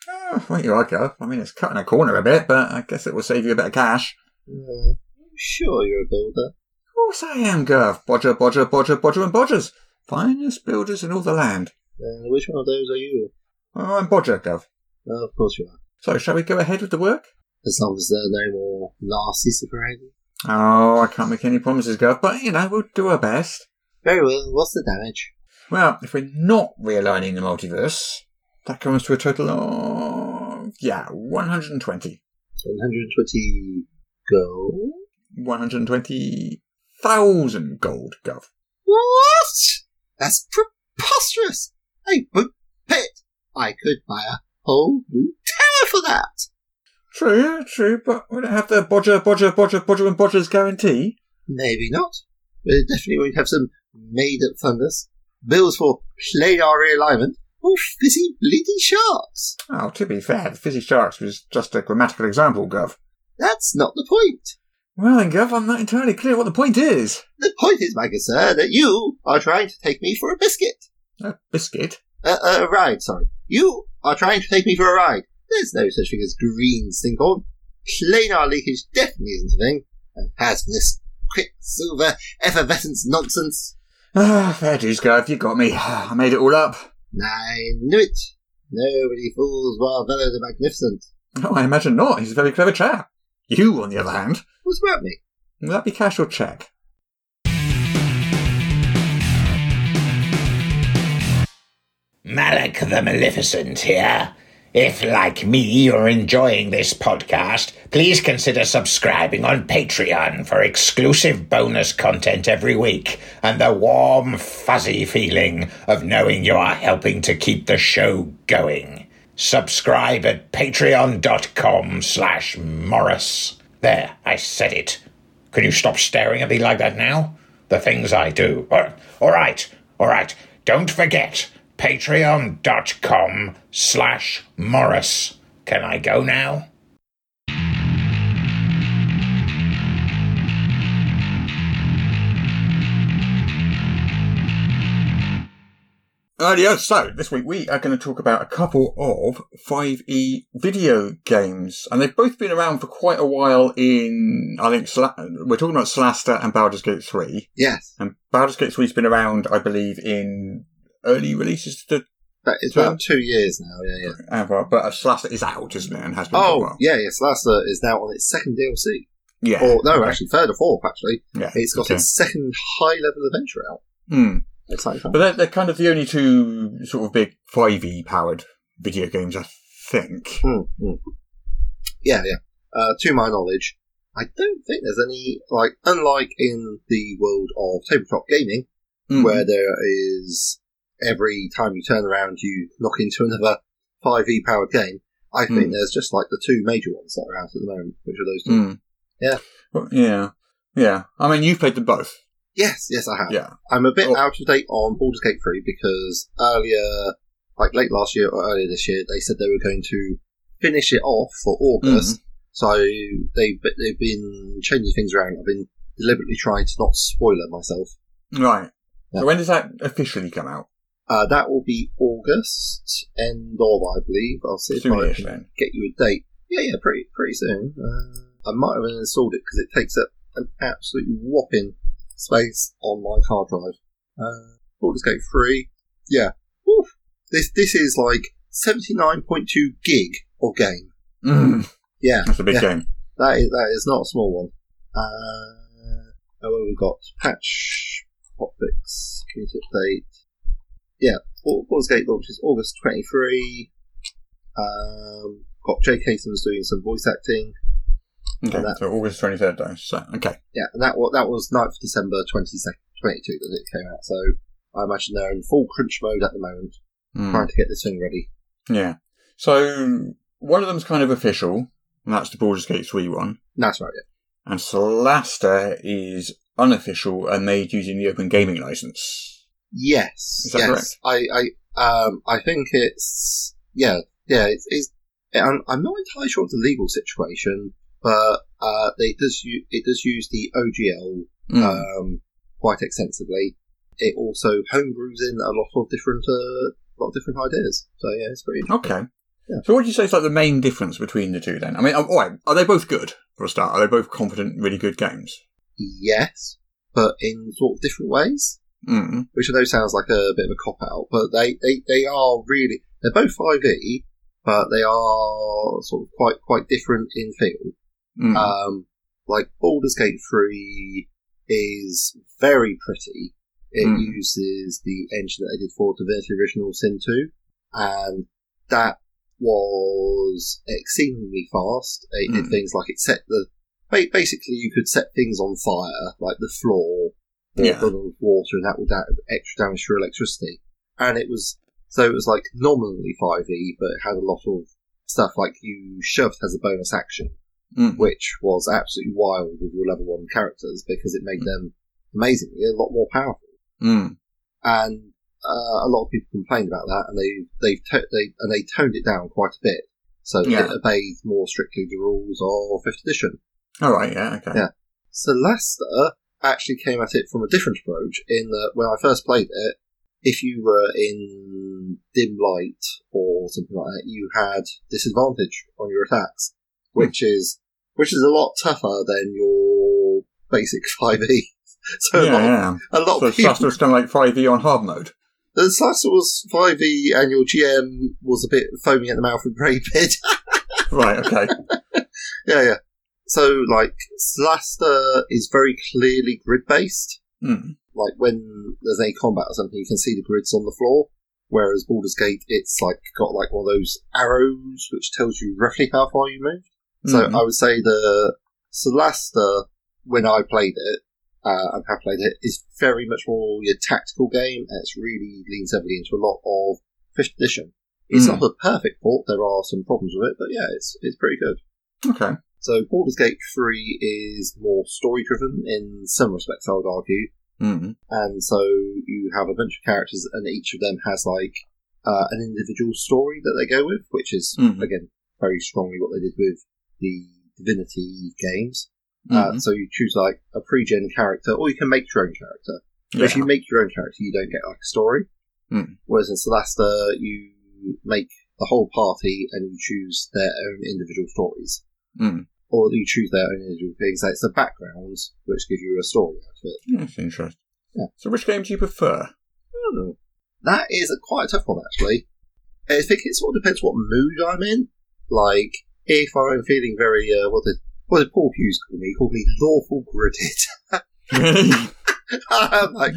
E: Oh, well, you are, Gov. I mean, it's cutting a corner a bit, but I guess it will save you a bit of cash.
F: Uh, sure, you're a builder.
E: Of course I am, Gurv. Bodger, Bodger, Bodger, Bodger, and Bodgers. Finest builders in all the land.
F: Uh, which one of those are you?
E: Oh, I'm Bodger, Gurv.
F: Uh, of course you are.
E: So, shall we go ahead with the work?
F: As long as there are no more nasties operating.
E: Oh, I can't make any promises, Gurv, but, you know, we'll do our best.
F: Very well, what's the damage?
E: Well, if we're not realigning the multiverse, that comes to a total of, yeah, 120.
F: 120 gold?
E: 120,000 gold, Gov.
F: What? That's preposterous! I would bet I could buy a whole new tower for that!
E: True, yeah, true, but we don't have the Bodger, Bodger, Bodger, Bodger and Bodger's guarantee.
F: Maybe not. But it definitely won't have some made-up funders. Bills for planar realignment or fizzy bleedy sharks.
E: Oh, to be fair, the Fizzy Sharks was just a grammatical example, Gov.
F: That's not the point.
E: Well, then, Gov, I'm not entirely clear what the point is.
F: The point is, my good sir, that you are trying to take me for a biscuit.
E: A biscuit?
F: Uh, a ride, sorry. You are trying to take me for a ride. There's no such thing as green stinkhorn. Planar leakage definitely isn't a thing, and has this quicksilver effervescence nonsense.
E: Ah, fair dues, Gov, you got me. (sighs) I made it all up.
F: I knew it. Nobody fools Warvello the Magnificent.
E: No, Oh, I imagine not. He's a very clever chap. You, on the other hand,
F: What's about me?
E: will that be cash or check?
C: Malak the Maleficent here. If, like me, you're enjoying this podcast, please consider subscribing on Patreon for exclusive bonus content every week and the warm, fuzzy feeling of knowing you are helping to keep the show going. Subscribe at patreon.com slash Morris. There, I said it. Can you stop staring at me like that now? The things I do. All- all right, all right. Don't forget patreon.com slash Morris. Can I go now?
E: Alrighty, oh, so this week we are going to talk about a couple of 5e video games, and they've both been around for quite a while. In I think Sla- we're talking about Slaster and Baldur's Gate 3,
F: Yes,
E: and Baldur's Gate 3's been around, I believe, in early releases to
F: but it's
E: So-
F: about two years now, yeah, yeah.
E: ever, but Slaster is out, isn't it, and has been for a
F: Oh,
E: while.
F: yeah, yes, Laster is now on its second DLC.
E: yeah,
F: Or, no,
E: Okay.
F: actually, third or fourth, actually.
E: yeah,
F: It's got
E: okay.
F: its second high-level adventure out.
E: Hmm.
F: Exciting.
E: But they're, they're kind of the only two sort of big 5e powered video games, I think.
F: Mm, mm. Yeah, yeah. Uh, to my knowledge, I don't think there's any like unlike in the world of tabletop gaming,
E: Hmm.
F: where there is every time you turn around you knock into another five e powered game. I think
E: Mm.
F: there's just like the two major ones that are out at the moment, which are those two.
E: Hmm.
F: Yeah.
E: Well, yeah, yeah. I mean, you've played them both.
F: Yes, yes, I have.
E: Yeah.
F: I'm a bit
E: Oh.
F: out of date on Baldur's Gate 3 because earlier, like late last year or earlier this year, they said they were going to finish it off for August. So they but they've been changing things around. I've been deliberately trying to not spoiler myself.
E: Right.
F: Yeah.
E: So when does that officially come out?
F: Uh, that will be August end of, I believe. I'll see if I
E: Soonish
F: can
E: then.
F: get you a date. Yeah, yeah, pretty pretty soon. Uh, I might have installed it because it takes up an absolute whopping space on my hard drive. Uh, Baldur's Gate 3. Yeah. Oof. This this is like 79.2 gig of game.
E: Mm.
F: Yeah.
E: That's a big
F: yeah.
E: game.
F: That is, that is not a small one. Uh, oh, well, we've got patch, hotfix, community update. Yeah, Bal- Baldur's Gate launches August 23. Um, got Jake Hastings doing some voice acting.
E: Okay.
F: that-
E: So August twenty third though. So okay.
F: Yeah, and that, wa- that was 9th December 2022 that it came out, so I imagine they're in full crunch mode at the moment,
E: Mm.
F: trying to get this thing ready.
E: Yeah. So one of them's kind of official, and that's the Baldur's Gate three one,
F: And That's right, yeah.
E: and Solasta is unofficial and made using the Open Gaming License.
F: Yes.
E: Is that
F: yes. I, I, um, I think it's yeah, yeah. It's, it's I'm, I'm not entirely sure of the legal situation, but uh, it does u- it does use the OGL
E: Mm.
F: um, quite extensively. It also homebrews in a lot of different uh, lot of different ideas. So yeah, it's pretty.
E: okay.
F: Yeah.
E: So what do you say is like the main difference between the two then? uh, I mean, all right, are they both good for a start? Are they both competent, really good games?
F: Yes. but in sort of different ways
E: Mm.
F: which I know sounds like a bit of a cop out, but they, they, they are really they're both five E, but they are sort of quite quite different in feel.
E: Mm.
F: Um, like Baldur's Gate three is very pretty. It
E: Mm.
F: uses the engine that they did for Divinity Original Sin two, and that was exceedingly fast. It did
E: Mm.
F: things like it set the ba- basically you could set things on fire, like the floor or
E: Yeah.
F: bubble of water, and that would add extra damage through electricity. And it was so it was like nominally five E, but it had a lot of stuff like you shoved as a bonus action,
E: Mm.
F: which was absolutely wild with your level one characters because it made them amazingly a lot more powerful
E: Mm.
F: and uh, a lot of people complained about that, and they they've to- they and they toned it down quite a bit, so that it
E: Yeah.
F: obeys more strictly the rules of fifth edition.
E: All right. Yeah. Okay.
F: Yeah. Celesta actually came at it from a different approach. In that, when I first played it, if you were in dim light or something like that, you had disadvantage on your attacks,
E: Hmm.
F: which is which is a lot tougher than your basic (laughs) five E. So
E: yeah,
F: a lot,
E: yeah.
F: a lot
E: So
F: of people
E: Shasta was kind of like five E on hard mode.
F: the Slicer was 5e and your GM was a bit foaming at the mouth and (laughs) rapid.
E: Right.
F: (laughs)
E: Okay.
F: yeah, yeah. So, like, Slaster is very clearly grid based.
E: mm.
F: Like, when there's any combat or something, you can see the grids on the floor. Whereas Baldur's Gate, it's like got like one of those arrows which tells you roughly how far you moved. So uh,
E: Mm.
F: I would say the Celasta, when I played it, uh, and have played it, is very much more your tactical game, and it's really leans heavily into a lot of fifth edition. It's
E: Mm.
F: not a perfect port; there are some problems with it, but yeah, it's it's pretty good.
E: Okay.
F: So Baldur's Gate Three is more story driven in some respects, I would argue,
E: Mm.
F: and so you have a bunch of characters, and each of them has like uh, an individual story that they go with, which is
E: Mhm.
F: again very strongly what they did with the Divinity games. Uh,
E: Mm.
F: so you choose like a pre-gen character, or you can make your own character. But If
E: Yeah.
F: you make your own character, you don't get like a story.
E: Mm.
F: Whereas in Celesta, you make the whole party and you choose their own individual stories,
E: Mm.
F: or you choose their own individual things. Like it's the backgrounds which give you a story out of it.
E: That's interesting.
F: Yeah.
E: So, which game do you
F: (laughs)
E: prefer?
F: Hmm. That is a, quite a tough one actually. I think it sort of depends what mood I'm in. Like if I'm feeling very uh, what did what did Paul Hughes call me? He called me lawful gridded.
E: Really?
F: (laughs) I'm like,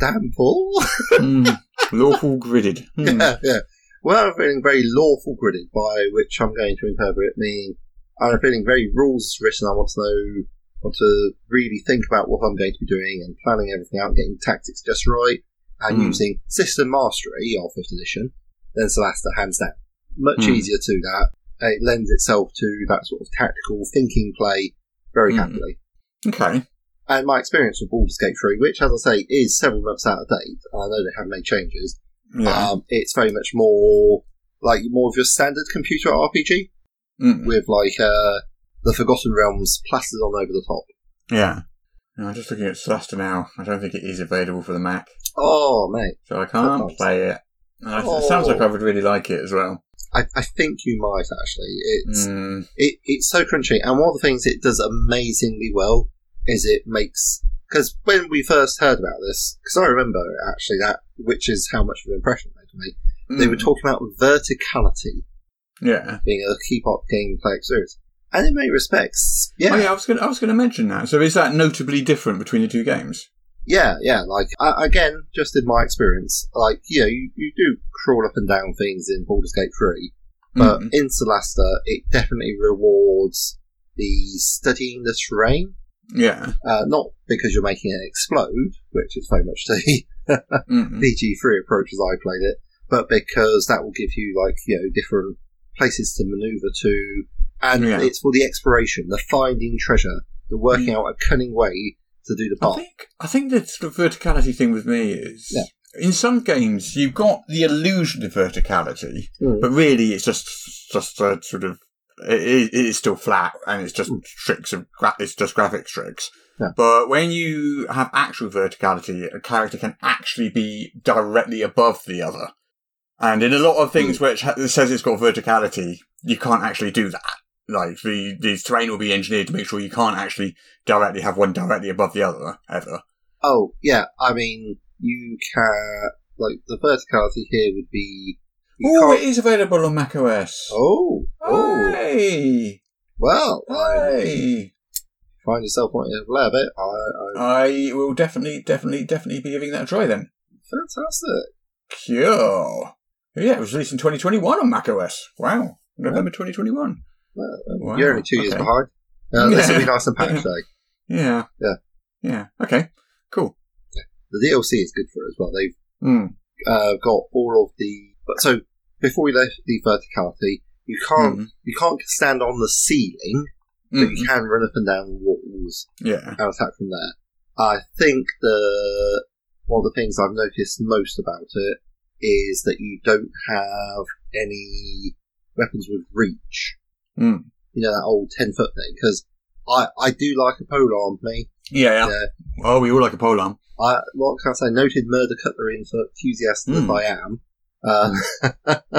F: damn, Paul.
E: Mm. Lawful gridded. Mm.
F: yeah, yeah. Well, I'm feeling very lawful gridded, by which I'm going to interpret meaning I'm feeling very rules written. I want to know, want to really think about what I'm going to be doing and planning everything out, getting tactics just right, and
E: Mm.
F: using system mastery of fifth edition. Then Celasta hands down. Much
E: Mm.
F: easier to that. It lends itself to that sort of tactical thinking play very
E: Mm.
F: happily
E: Okay.
F: and my experience with Baldur's Gate 3, which, as I say, is several months out of date, and I know they have made changes,
E: Yeah.
F: um, it's very much more like more of your standard computer RPG
E: Mm.
F: with like uh, the Forgotten Realms plastered on over the top.
E: Yeah. No, I'm just looking at Celesta now. I don't think it is available for the Mac,
F: Oh, mate.
E: so I can't
F: Okay.
E: play it. I- It sounds like I would really like it as well.
F: I, I think you might actually. It's
E: Mm.
F: it, it's so crunchy, and one of the things it does amazingly well is it makes because when we first heard about this, because I remember actually that, which is how much of an impression it made on me. They were
E: Mm.
F: talking about verticality
E: Yeah.
F: being a key part of gameplay experience. And in many respects, yeah,
E: Oh,
F: yeah,
E: yeah. I was going. I was going to mention that. So, is that notably different between the two games?
F: yeah, Like I, again, just in my experience, like you know, you, you do crawl up and down things in Baldur's Gate Three, but
E: Mm.
F: in Celesta, it definitely rewards the studying the terrain.
E: Yeah.
F: Uh, not because you're making it explode, which is very much the (laughs)
E: Mm.
F: BG3 approach as I played it, but because that will give you like you know different places to maneuver to, and
E: Yeah.
F: it's for the exploration, the finding treasure, the working
E: Mm.
F: out a cunning way to do the
E: I
F: path.
E: think I think the sort of verticality thing with me is
F: Yeah.
E: in some games you've got the illusion of verticality,
F: Mm.
E: but really it's just just a sort of it, it is still flat and it's just tricks of gra- it's just graphics tricks.
F: Mm. Yeah.
E: But when you have actual verticality, a character can actually be directly above the other. And in a lot of
F: Mm.
E: things where it ha- it says it's got verticality, you can't actually do that. Like the the terrain will be engineered to make sure you can't actually directly have one directly above the other ever.
F: Oh, yeah. I mean, you can like the verticality here would be. you
E: Oh,
F: can't-
E: it is available on macOS.
F: Oh, oh.
E: Hey,
F: Well, I
E: hey.
F: find yourself wanting to blab it. I, I
E: I will definitely, definitely, definitely be giving that a try then.
F: fantastic.
E: Cool. Yeah, it was released in 2021 on macOS. Wow, November 2021.
F: Well,
E: Wow,
F: Um, You're only two years
E: okay.
F: behind. Uh, This will be nice and
E: (laughs)
F: packed. Like
E: Yeah,
F: Yeah.
E: yeah. Okay, cool.
F: the DLC is good for it as well. They've
E: Mm.
F: uh, got all of the. But so before we left the verticality, you can't
E: Mhm.
F: you can't stand on the ceiling, but
E: Mm.
F: you can run up and down walls
E: Yeah.
F: and attack from there. I think the one of the things I've noticed most about it is that you don't have any weapons with reach.
E: Mm.
F: You know that old ten foot thing because I I do like a polearm me.
E: Yeah, yeah.
F: Yeah.
E: Oh, we all like a pole arm.
F: I what can I say? Noted murder cutlery enthusiast that
E: Hmm.
F: I am. Um, (laughs)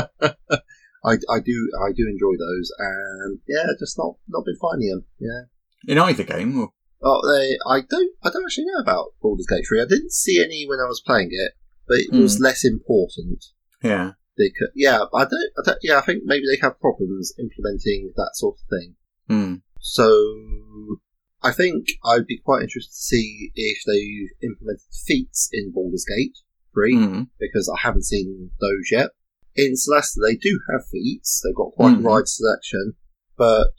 F: I, I do I do enjoy those, and yeah, just not not been finding them. Yeah.
E: In either game, or
F: Oh, they I don't I don't actually know about Baldur's Gate three. I didn't see any when I was playing it, but it was less important.
E: yeah.
F: They could, yeah, I don't, I don't, yeah, I think maybe they have problems implementing that sort of thing.
E: Mm.
F: So I think I'd be quite interested to see if they've implemented feats in Baldur's Gate 3,
E: Mm.
F: because I haven't seen those yet. In Celeste, they do have feats. They've got quite a
E: Mhm.
F: wide selection, but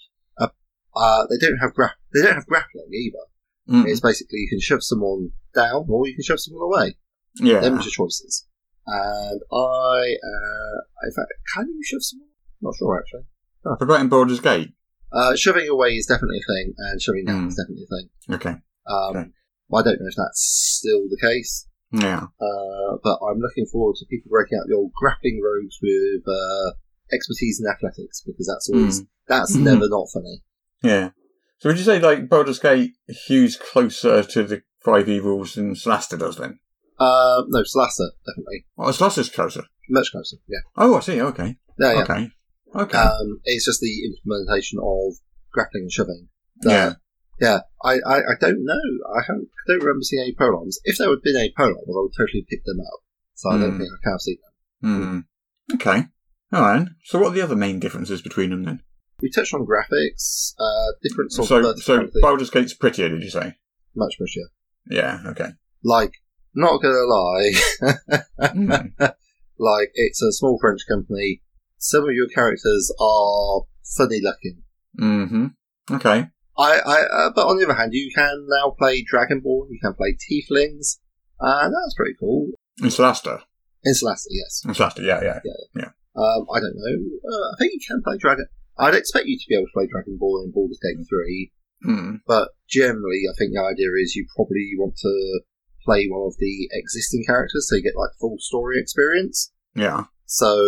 F: uh, uh, they don't have gra- they don't have grappling either.
E: Mm.
F: It's basically you can shove someone down or you can shove someone away.
E: Yeah.
F: Them are your choices. And I, uh, in fact, can you shove someone? Not sure actually.
E: I've forgotten Baldur's Gate.
F: Uh, shoving away is definitely a thing, and shoving down
E: Mm.
F: is definitely a thing.
E: Okay.
F: Um,
E: Okay.
F: I don't know if that's still the case,
E: Yeah.
F: uh, but I'm looking forward to people breaking out the old grappling rogues with uh, expertise in athletics because that's always that's
E: Mhm.
F: never not funny.
E: Yeah. So would you say like Baldur's Gate hews closer to the Five Evils than Slasta does then?
F: Uh, no, Slaster definitely
E: Well, Slasta's closer.
F: much closer. Yeah,
E: Oh, Uh, I see. Okay.
F: no, yeah.
E: Okay. Okay.
F: Um, it's just the implementation of grappling and shoving. that-
E: yeah.
F: yeah. I, I, I don't know. I haven't, I don't remember seeing any polearms. If there had been any polearms, I would totally pick them up. So I don't
E: Mm.
F: think I can have seen them.
E: Hmm. Okay. All right. So what are the other main differences between them then?
F: We touched on graphics, uh, different
E: So
F: sort
E: so,
F: of verticality.
E: Baldur's Gate's prettier, did you say?
F: much prettier.
E: Yeah. (laughs) Okay.
F: like not gonna lie (laughs)
E: Mm.
F: like it's a small french company some of your characters are funny looking
E: hmm Okay.
F: i i uh, but on the other hand you can now play dragonborn you can play tieflings and that's pretty cool
E: And Slasta.
F: in Celeste, yes
E: And Slasta. Yeah. Yeah.
F: um i don't know uh, i think you can play dragon i'd expect you to be able to play dragonborn in baldur's gate 3
E: Mm.
F: but generally i think the idea is you probably want to play one of the existing characters so you get like full story experience
E: Yeah.
F: So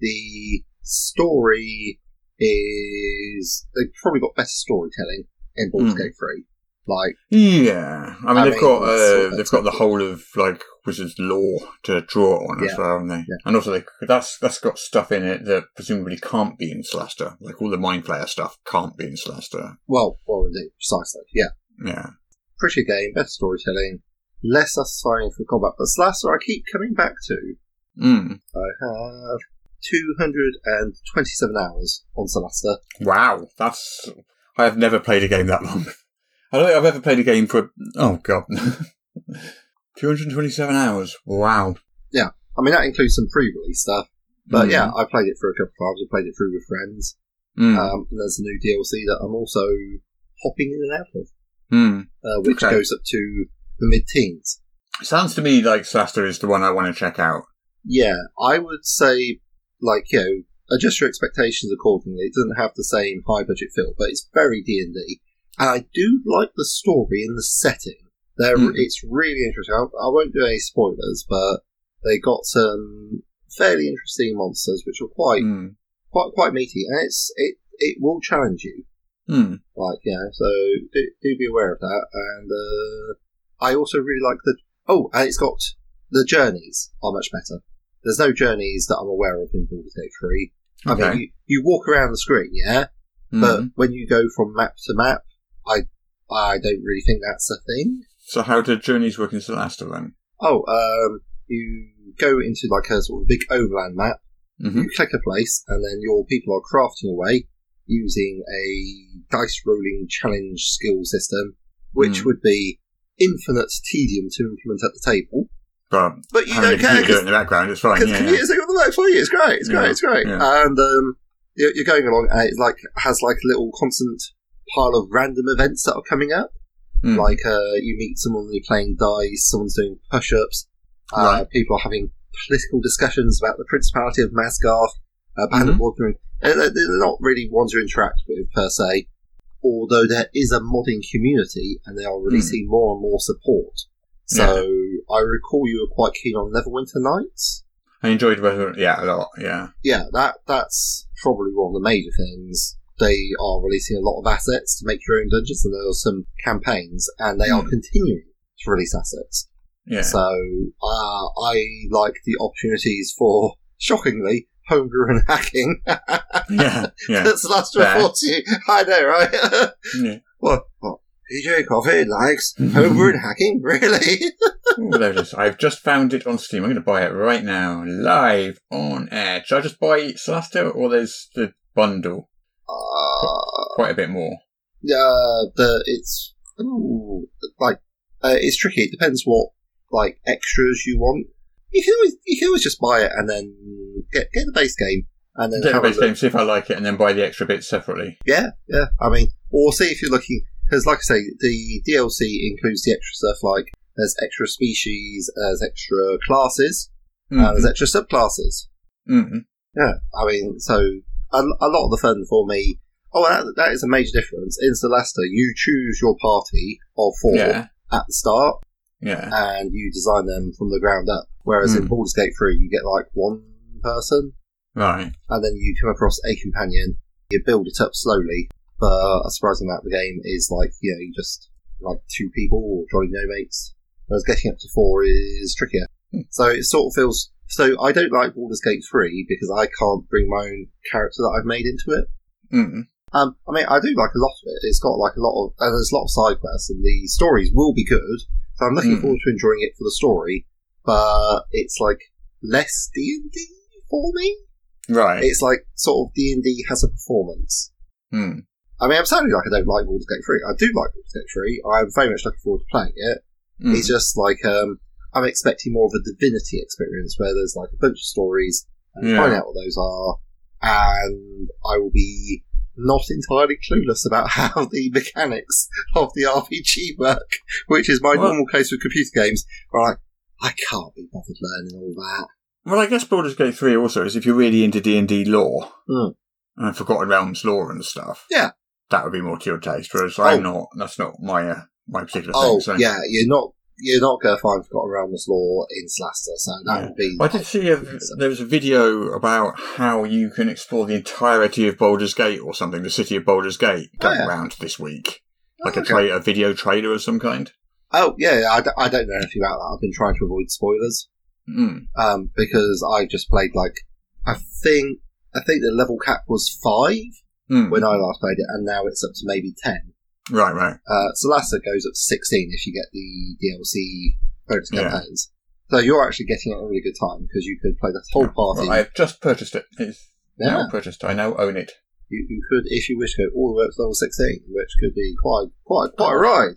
F: the story is they've probably got better storytelling in Baldur's
E: Hmm.
F: Gate Three. Like
E: Yeah, I mean
F: I
E: they've
F: mean,
E: got
F: that's sort
E: uh,
F: of
E: they've got the whole of like Wizards lore to draw on as
F: Yeah.
E: well, haven't they?
F: Yeah.
E: And also they, that's that's got stuff in it that presumably can't be in Slaster, like all the Mind Flayer stuff can't be in Slaster.
F: well, well indeed, precisely. Yeah.
E: Yeah,
F: Prettier game, better storytelling, less satisfying for combat, but Slasher I keep coming back to.
E: mm.
F: I have two hundred and twenty seven hours on Celasta.
E: wow, that's I have never played a game that long. (laughs) I don't think I've ever played a game for oh god, (laughs) two hundred twenty-seven hours. Wow,
F: I mean that includes some pre release stuff. But
E: Mm.
F: yeah, I played it for a couple of times, I played it through with friends.
E: Mm.
F: Um, and there's a new DLC that I'm also hopping in and out of.
E: Mm.
F: uh, which
E: Okay.
F: goes up to the mid teens.
E: Sounds to me like Slaster is the one I want to check out.
F: Yeah, I would say, like you know, adjust your expectations accordingly. It doesn't have the same high budget feel, but it's very D and D, and I do like the story and the setting. There,
E: Mm.
F: it's really interesting. I, I won't do any spoilers, but they got some fairly interesting monsters, which are quite
E: Mm.
F: quite quite meaty, and it's it it will challenge you.
E: Mm.
F: Like, you know, so do, do be aware of that. And uh, I also really like the. Oh, and it's got. The journeys are much better. There's no journeys that I'm aware of in Baldur's Gate 3. I
E: Okay.
F: mean, you, you walk around the screen, yeah? But
E: Mm.
F: when you go from map to map, I I don't really think that's a thing.
E: So how do journeys work in Celasta then?
F: Oh, um, you go into like a sort of big overland map.
E: Mm-hmm.
F: You click a place, and then your people are crafting away using a dice rolling challenge skill system, which
E: Hmm.
F: would be infinite tedium to implement at the table.
E: But,
F: But you
E: having
F: don't
E: a computer
F: care
E: do it
F: because
E: in the background, it's fine.
F: Because
E: Yeah, yeah.
F: computers do all the work for you. It's great. It's great.
E: Yeah,
F: It's great.
E: yeah.
F: And um, you're, you're going along, and it like has like a little constant pile of random events that are coming up.
E: Mm.
F: Like uh, you meet someone you're playing dice, someone's doing push-ups. Uh,
E: Right.
F: People are having political discussions about the Principality of Masgarth, uh, Band of Wandering. and They're they're not really one to interact with per se. Although there is a modding community, and they are releasing more and more support. So I recall you were quite keen on Neverwinter Nights.
E: I enjoyed Resident yeah, a lot, yeah.
F: yeah, that that's probably one of the major things. They are releasing a lot of assets to make your own dungeons, and there are some campaigns, and they are
E: Hmm.
F: continuing to release assets.
E: Yeah.
F: So uh, I like the opportunities for shockingly homebrew and (laughs) hacking.
E: (laughs) yeah, yeah,
F: That's last
E: Fair.
F: report to you. I know, right?
E: (laughs) yeah.
F: (laughs) what? What? PJ Coffee likes homebrew and hacking, (laughs) really?
E: Ooh, there it is. I've just found it on Steam. I'm going to buy it right now, live on air. Should I just buy Celasta or there's the bundle?
F: uh,
E: Quite a bit more.
F: Yeah, the Uh, it's ooh, like uh, it's tricky. It depends what like extras you want. You can always you can always just buy it and then get get the base game and then
E: Get the
F: have a
E: base
F: look.
E: game, see if I like it, and then buy the extra bits separately.
F: Yeah, yeah. I mean, or see if you're looking because, like I say, the DLC includes the extra stuff like there's extra species, there's extra classes, and there's extra subclasses.
E: Mm-hmm.
F: Yeah, I mean, so a, a lot of the fun for me. Oh, that, that is a major difference. In Celeste, you choose your party of four
E: Yeah,
F: at the start,
E: Mm-hmm. yeah.
F: and you design them from the ground up. Whereas in
E: Hmm.
F: Baldur's Gate 3, you get like one person,
E: Right.
F: and then you come across a companion. You build it up slowly, but a surprising amount of the game is like, you know, you just like two people or jolly no mates. Whereas getting up to four is trickier. So it sort of feels. So I don't like Baldur's Gate 3 because I can't bring my own character that I've made into it.
E: Mm.
F: Um, I mean, I do like a lot of it. It's got like a lot of, and there's a lot of side quests, and the stories will be good. So I'm looking
E: Mm.
F: forward to enjoying it for the story, but it's like less D and D for me.
E: Right.
F: It's like sort of D and D has a performance.
E: Mm.
F: I mean, I'm sounding like I don't like Baldur's Gate Three. I do like Baldur's Gate Three. I'm very much looking forward to playing it.
E: Mm.
F: It's just like um, I'm expecting more of a divinity experience where there's like a bunch of stories and
E: Yeah.
F: find out what those are, and I will be not entirely clueless about (laughs) how the mechanics of the RPG work, which is my
E: Well-
F: normal case with computer games. Where like, I can't be bothered learning all that.
E: Well, I guess Baldur's Gate Three also is if you're really into D and D lore
F: Mm.
E: and Forgotten Realms lore and stuff.
F: Yeah.
E: that would be more to your taste. Whereas
F: Oh.
E: I'm not. That's not my uh, my particular
F: Oh
E: thing. So.
F: yeah, you're not you're not going to find Forgotten Realms lore in Slaster, so that
E: Yeah.
F: would be.
E: I did see a, there was a video about how you can explore the entirety of Baldur's Gate or something, the city of Baldur's Gate,
F: Oh,
E: going
F: yeah. Oh,
E: round this week, like a
F: Okay.
E: tra- a video trailer of some kind.
F: Oh yeah, I, d- I don't know anything about that. I've been trying to avoid spoilers.
E: Mm.
F: um, because I just played like I think I think the level cap was five
E: Mm.
F: when I last played it, and now it's up to maybe ten.
E: Right, right.
F: Uh, Solasta goes up to sixteen if you get the DLC bonus
E: Yeah.
F: campaigns. So you're actually getting at a really good time because you could play the whole party.
E: Well, I've just purchased it. It's
F: Yeah.
E: now purchased. I now own it.
F: You, you could, if you wish, go all the way up to level sixteen, which could be quite quite quite a ride.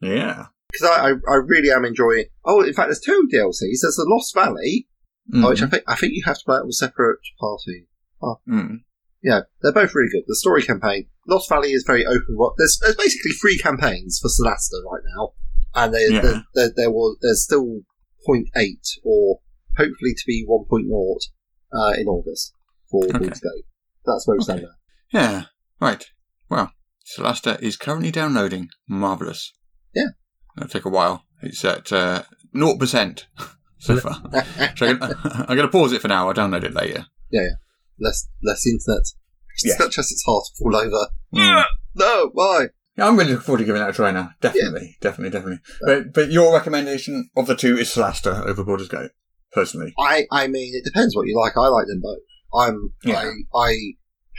E: Yeah.
F: Because I, I, I really am enjoying. Oh, in fact, there's two DLCs. There's the Lost Valley, uh,
E: Mm.
F: which I think I think you have to play it with a separate party.
E: Mm.
F: Yeah, they're both really good. The story campaign, Lost Valley is very open. What there's, there's basically three campaigns for Solasta right now, and there,
E: Yeah.
F: there, there, there was there's still 0.8 or hopefully to be 1.0 uh, in August for
E: Okay.
F: okay. Gate. That's where we stand
E: Okay.
F: now.
E: Yeah. Right. Well, Celasta is currently downloading. Marvelous.
F: Yeah.
E: That'll take a while. It's at uh, zero percent (laughs) so far.
F: (laughs)
E: so I'm gonna, (laughs) I'm gonna pause it for now. I'll download it later.
F: Less less internet.
E: Yeah.
F: Such as it's hard to fall over.
E: Mm.
F: No, why?
E: Yeah, I'm really looking forward to giving that a try now. Definitely, definitely, definitely. But but your recommendation of the two is Celasta over Borders Gate, personally.
F: I I mean, it depends what you like. I like them both. I'm
E: Yeah.
F: I I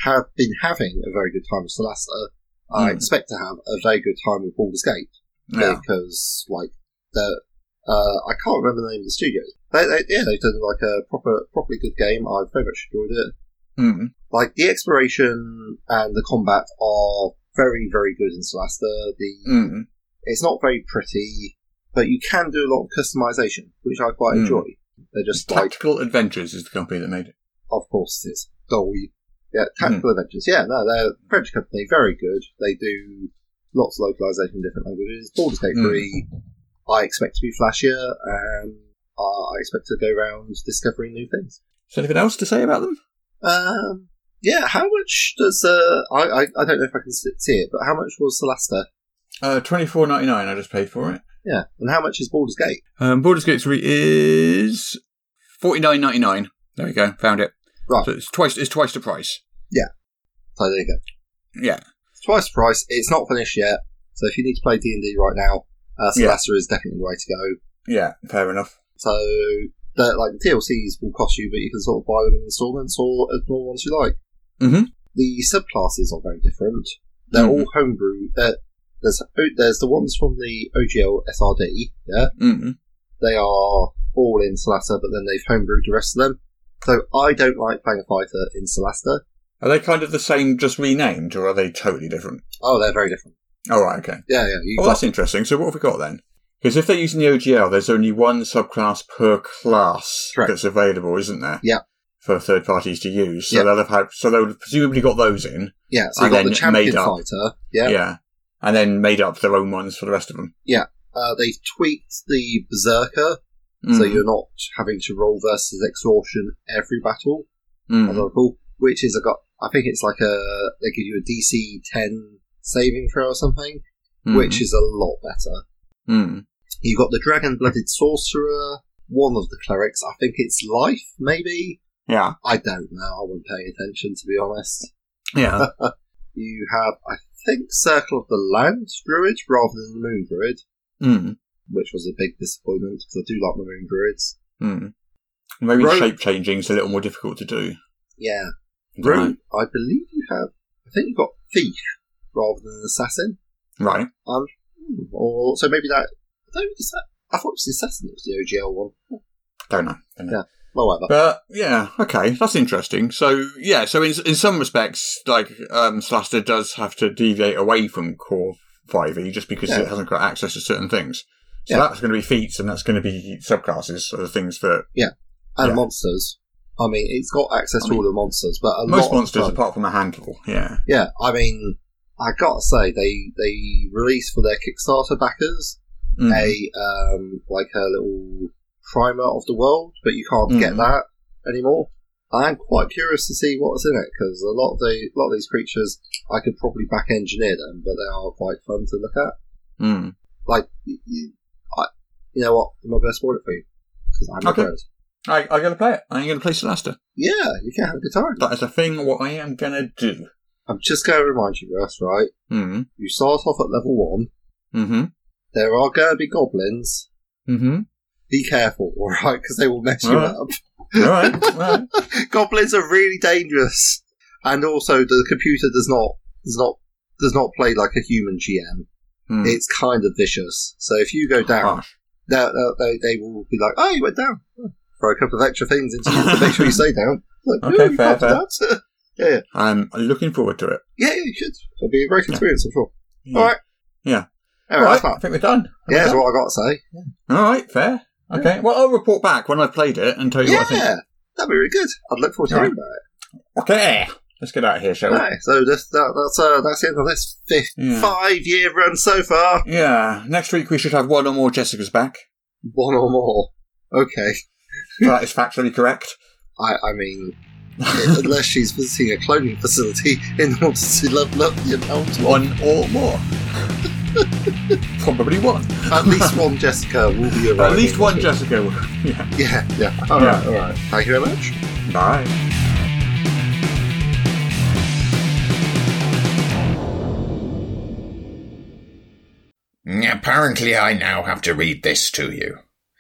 F: have been having a very good time with Solasta. I
E: Mm.
F: expect to have a very good time with Baldur's Gate.
E: Yeah.
F: because like the uh, I can't remember the name of the studio. They, they, yeah, they've done like a proper, properly good game. I very much enjoyed it.
E: Mm.
F: Like the exploration and the combat are very, very good in Solasta. The
E: Mm.
F: it's not very pretty, but you can do a lot of customization, which I quite
E: Mm.
F: enjoy. They're just like
E: Tactical Adventures is the company that made it.
F: of course it is. Dolly. Yeah, Tactical Adventures. Yeah, no, they're a French company, very good. They do lots of localization in different languages. Baldur's Gate
E: Hmm.
F: 3, I expect to be flashier, and uh, I expect to go around discovering new things.
E: Is there anything else to say about them?
F: Um, yeah, how much does, uh, I, I, I don't know if I can s- see it, but how much was Celasta?
E: Uh, twenty four ninety nine. I just paid for it.
F: Yeah, and how much is Baldur's Gate?
E: Um, Borders Gate three is forty nine ninety nine. There we go. Found it.
F: Right.
E: So it's twice. It's twice the price.
F: So there you go.
E: Yeah.
F: It's twice the price. It's not finished yet, so if you need to play D&D right now, uh,
E: Yeah.
F: Celasta is definitely the way to go.
E: Yeah. Fair enough.
F: So the like the DLCs will cost you, but you can sort of buy them in installments or as more ones you like.
E: Mhm.
F: The subclasses are very different. They're
E: Hmm.
F: all homebrew. They're, there's oh, there's the ones from the OGL SRD. Yeah,
E: Mm.
F: they are all in Solasta, but then they've homebrewed the rest of them. So I don't like playing a fighter in Solasta.
E: Are they kind of the same, just renamed, or are they totally different?
F: Oh, they're very different.
E: All right. Okay.
F: Yeah, yeah. You
E: Oh,
F: got,
E: that's interesting. So what have we got then? Because if they're using the OGL, there's only one subclass per class
F: Correct.
E: that's available, isn't there?
F: Yeah.
E: For third parties to use, so
F: Yeah.
E: they'll have had, so they would have presumably got those in.
F: yeah. So you
E: and
F: got the
E: then
F: champion
E: made up.
F: fighter. Yeah.
E: And then made up their own ones for the rest of them.
F: Uh, they've tweaked the berserker, so
E: Mm.
F: you're not having to roll versus exhaustion every battle.
E: Mm.
F: as I recall, which is I got. I think it's like a they give you a DC ten saving throw or something,
E: Mm.
F: which is a lot better.
E: Mm.
F: You've got the dragon blooded sorcerer, one of the clerics. I think it's life, maybe.
E: Yeah.
F: I don't know. I wasn't paying attention to be honest.
E: (laughs) Yeah.
F: You have, I think, circle of the land druid rather than the moon druid,
E: mm.
F: which was a big disappointment because I do like my moon druids.
E: Mm. Maybe
F: Right.
E: shape changing's a little more difficult to do.
F: Yeah,
E: Right.
F: Rogue, I believe you have. I think you've got thief rather than assassin.
E: Right.
F: Hmm, Or so maybe that. I don't is that. I thought it was the assassin. It was the OGL one.
E: Don't know. Don't know.
F: Yeah. Well, whatever.
E: But yeah, okay, that's interesting. So yeah, so in in some respects, like um, Slaster does have to deviate away from core five E just because
F: Yeah.
E: it hasn't got access to certain things. So
F: Yeah.
E: that's going to be feats, and that's going to be subclasses, so the things that
F: and
E: yeah.
F: monsters. I mean, it's got access
E: I
F: to
E: mean,
F: all the monsters, but a lot
E: most
F: of
E: monsters,
F: time-
E: apart from a handful, yeah,
F: yeah, I mean, I gotta say they they released for their Kickstarter backers
E: Mm.
F: a um like a little primer of the world, but you can't get
E: Mhm.
F: that anymore. I'm quite curious to see what's in it because a lot of the lot of these creatures I could probably back engineer them, but they are quite fun to look at.
E: Mm.
F: like y- y- I, you know what? I'm not going to spoil it for you because I'm
E: Okay.
F: not good.
E: I, I'm going to play it. I'm going to play Slaster.
F: Yeah, you can have a good time.
E: That is a thing. What I am going to do.
F: I'm just going to remind you, Russ. Right,
E: Mm.
F: you start off at level one.
E: Hmm.
F: There are going to be goblins.
E: Hmm.
F: Be careful, (laughs) all right, because they will mess you
E: Alright. All right. (laughs) All right.
F: up. (laughs) goblins are really dangerous, and also the computer does not does not does not play like a human GM.
E: Mm.
F: It's kind of vicious. So if you go down,
E: Harsh.
F: they, they, they will be like, "Oh, you went down." Throw a couple of extra things into you to make sure
E: (laughs)
F: you stay down. Like,
E: Okay,
F: "No, you
E: fair,
F: can't do
E: fair.
F: that." (laughs) yeah, yeah.
E: I'm looking forward to it.
F: Yeah, yeah, you should. It'll be a great experience, I'm sure.
E: Yeah.
F: All right.
E: Yeah.
F: Anyway,
E: All
F: that's
E: right,
F: that.
E: I think we're done.
F: Yeah, that's what I got to say.
E: All right, fair. Okay. Well, I'll report back when I've played it and tell you what I
F: Yeah,
E: think.
F: that'd be really good. I'd look forward to
E: All
F: hearing about it.
E: Okay. Let's get out of here, shall we?
F: Right, so this, that, that's uh, that's the end of this fifth,
E: Yeah.
F: five-year run so far.
E: Yeah. Next week we should have one or more Jessica's back.
F: One or more. Okay.
E: That is factually correct.
F: I, I
E: (laughs)
F: mean, unless she's visiting a cloning facility in order to level up the amount of
E: One or
F: (laughs)
E: more. Probably one.
F: At least one Jessica will be around.
E: At least one Jessica. Yeah.
F: Yeah, yeah. All right, all right. Thank you very much.
E: Bye.
H: Apparently, I now have to read this to you.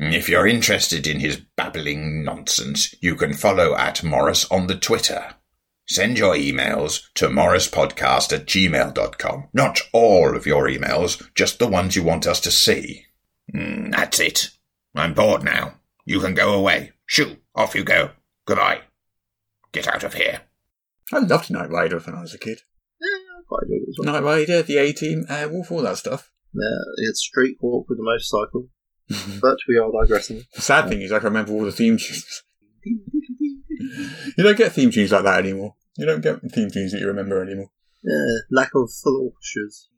H: If you're interested in his babbling nonsense, you can follow at Morris on the Twitter. Send your emails to morrispodcast at gmail.com. Not all of your emails, just the ones you want us to see. Mm, that's it. I'm bored now. You can go away. Shoo, off you go. Goodbye. Get out of here.
E: I loved Knight Rider when I was a kid.
F: Yeah, I quite enjoyed it as well.
E: Knight Rider, the A Team, Airwolf, all that stuff.
F: Yeah, it's Street Walk with a motorcycle.
E: Mm-hmm.
F: but we are digressing.
E: The sad thing is, I can remember all the theme tunes. (laughs) you don't get theme tunes like that anymore. You don't get theme tunes that you remember anymore.
F: Yeah, lack of full orchestras.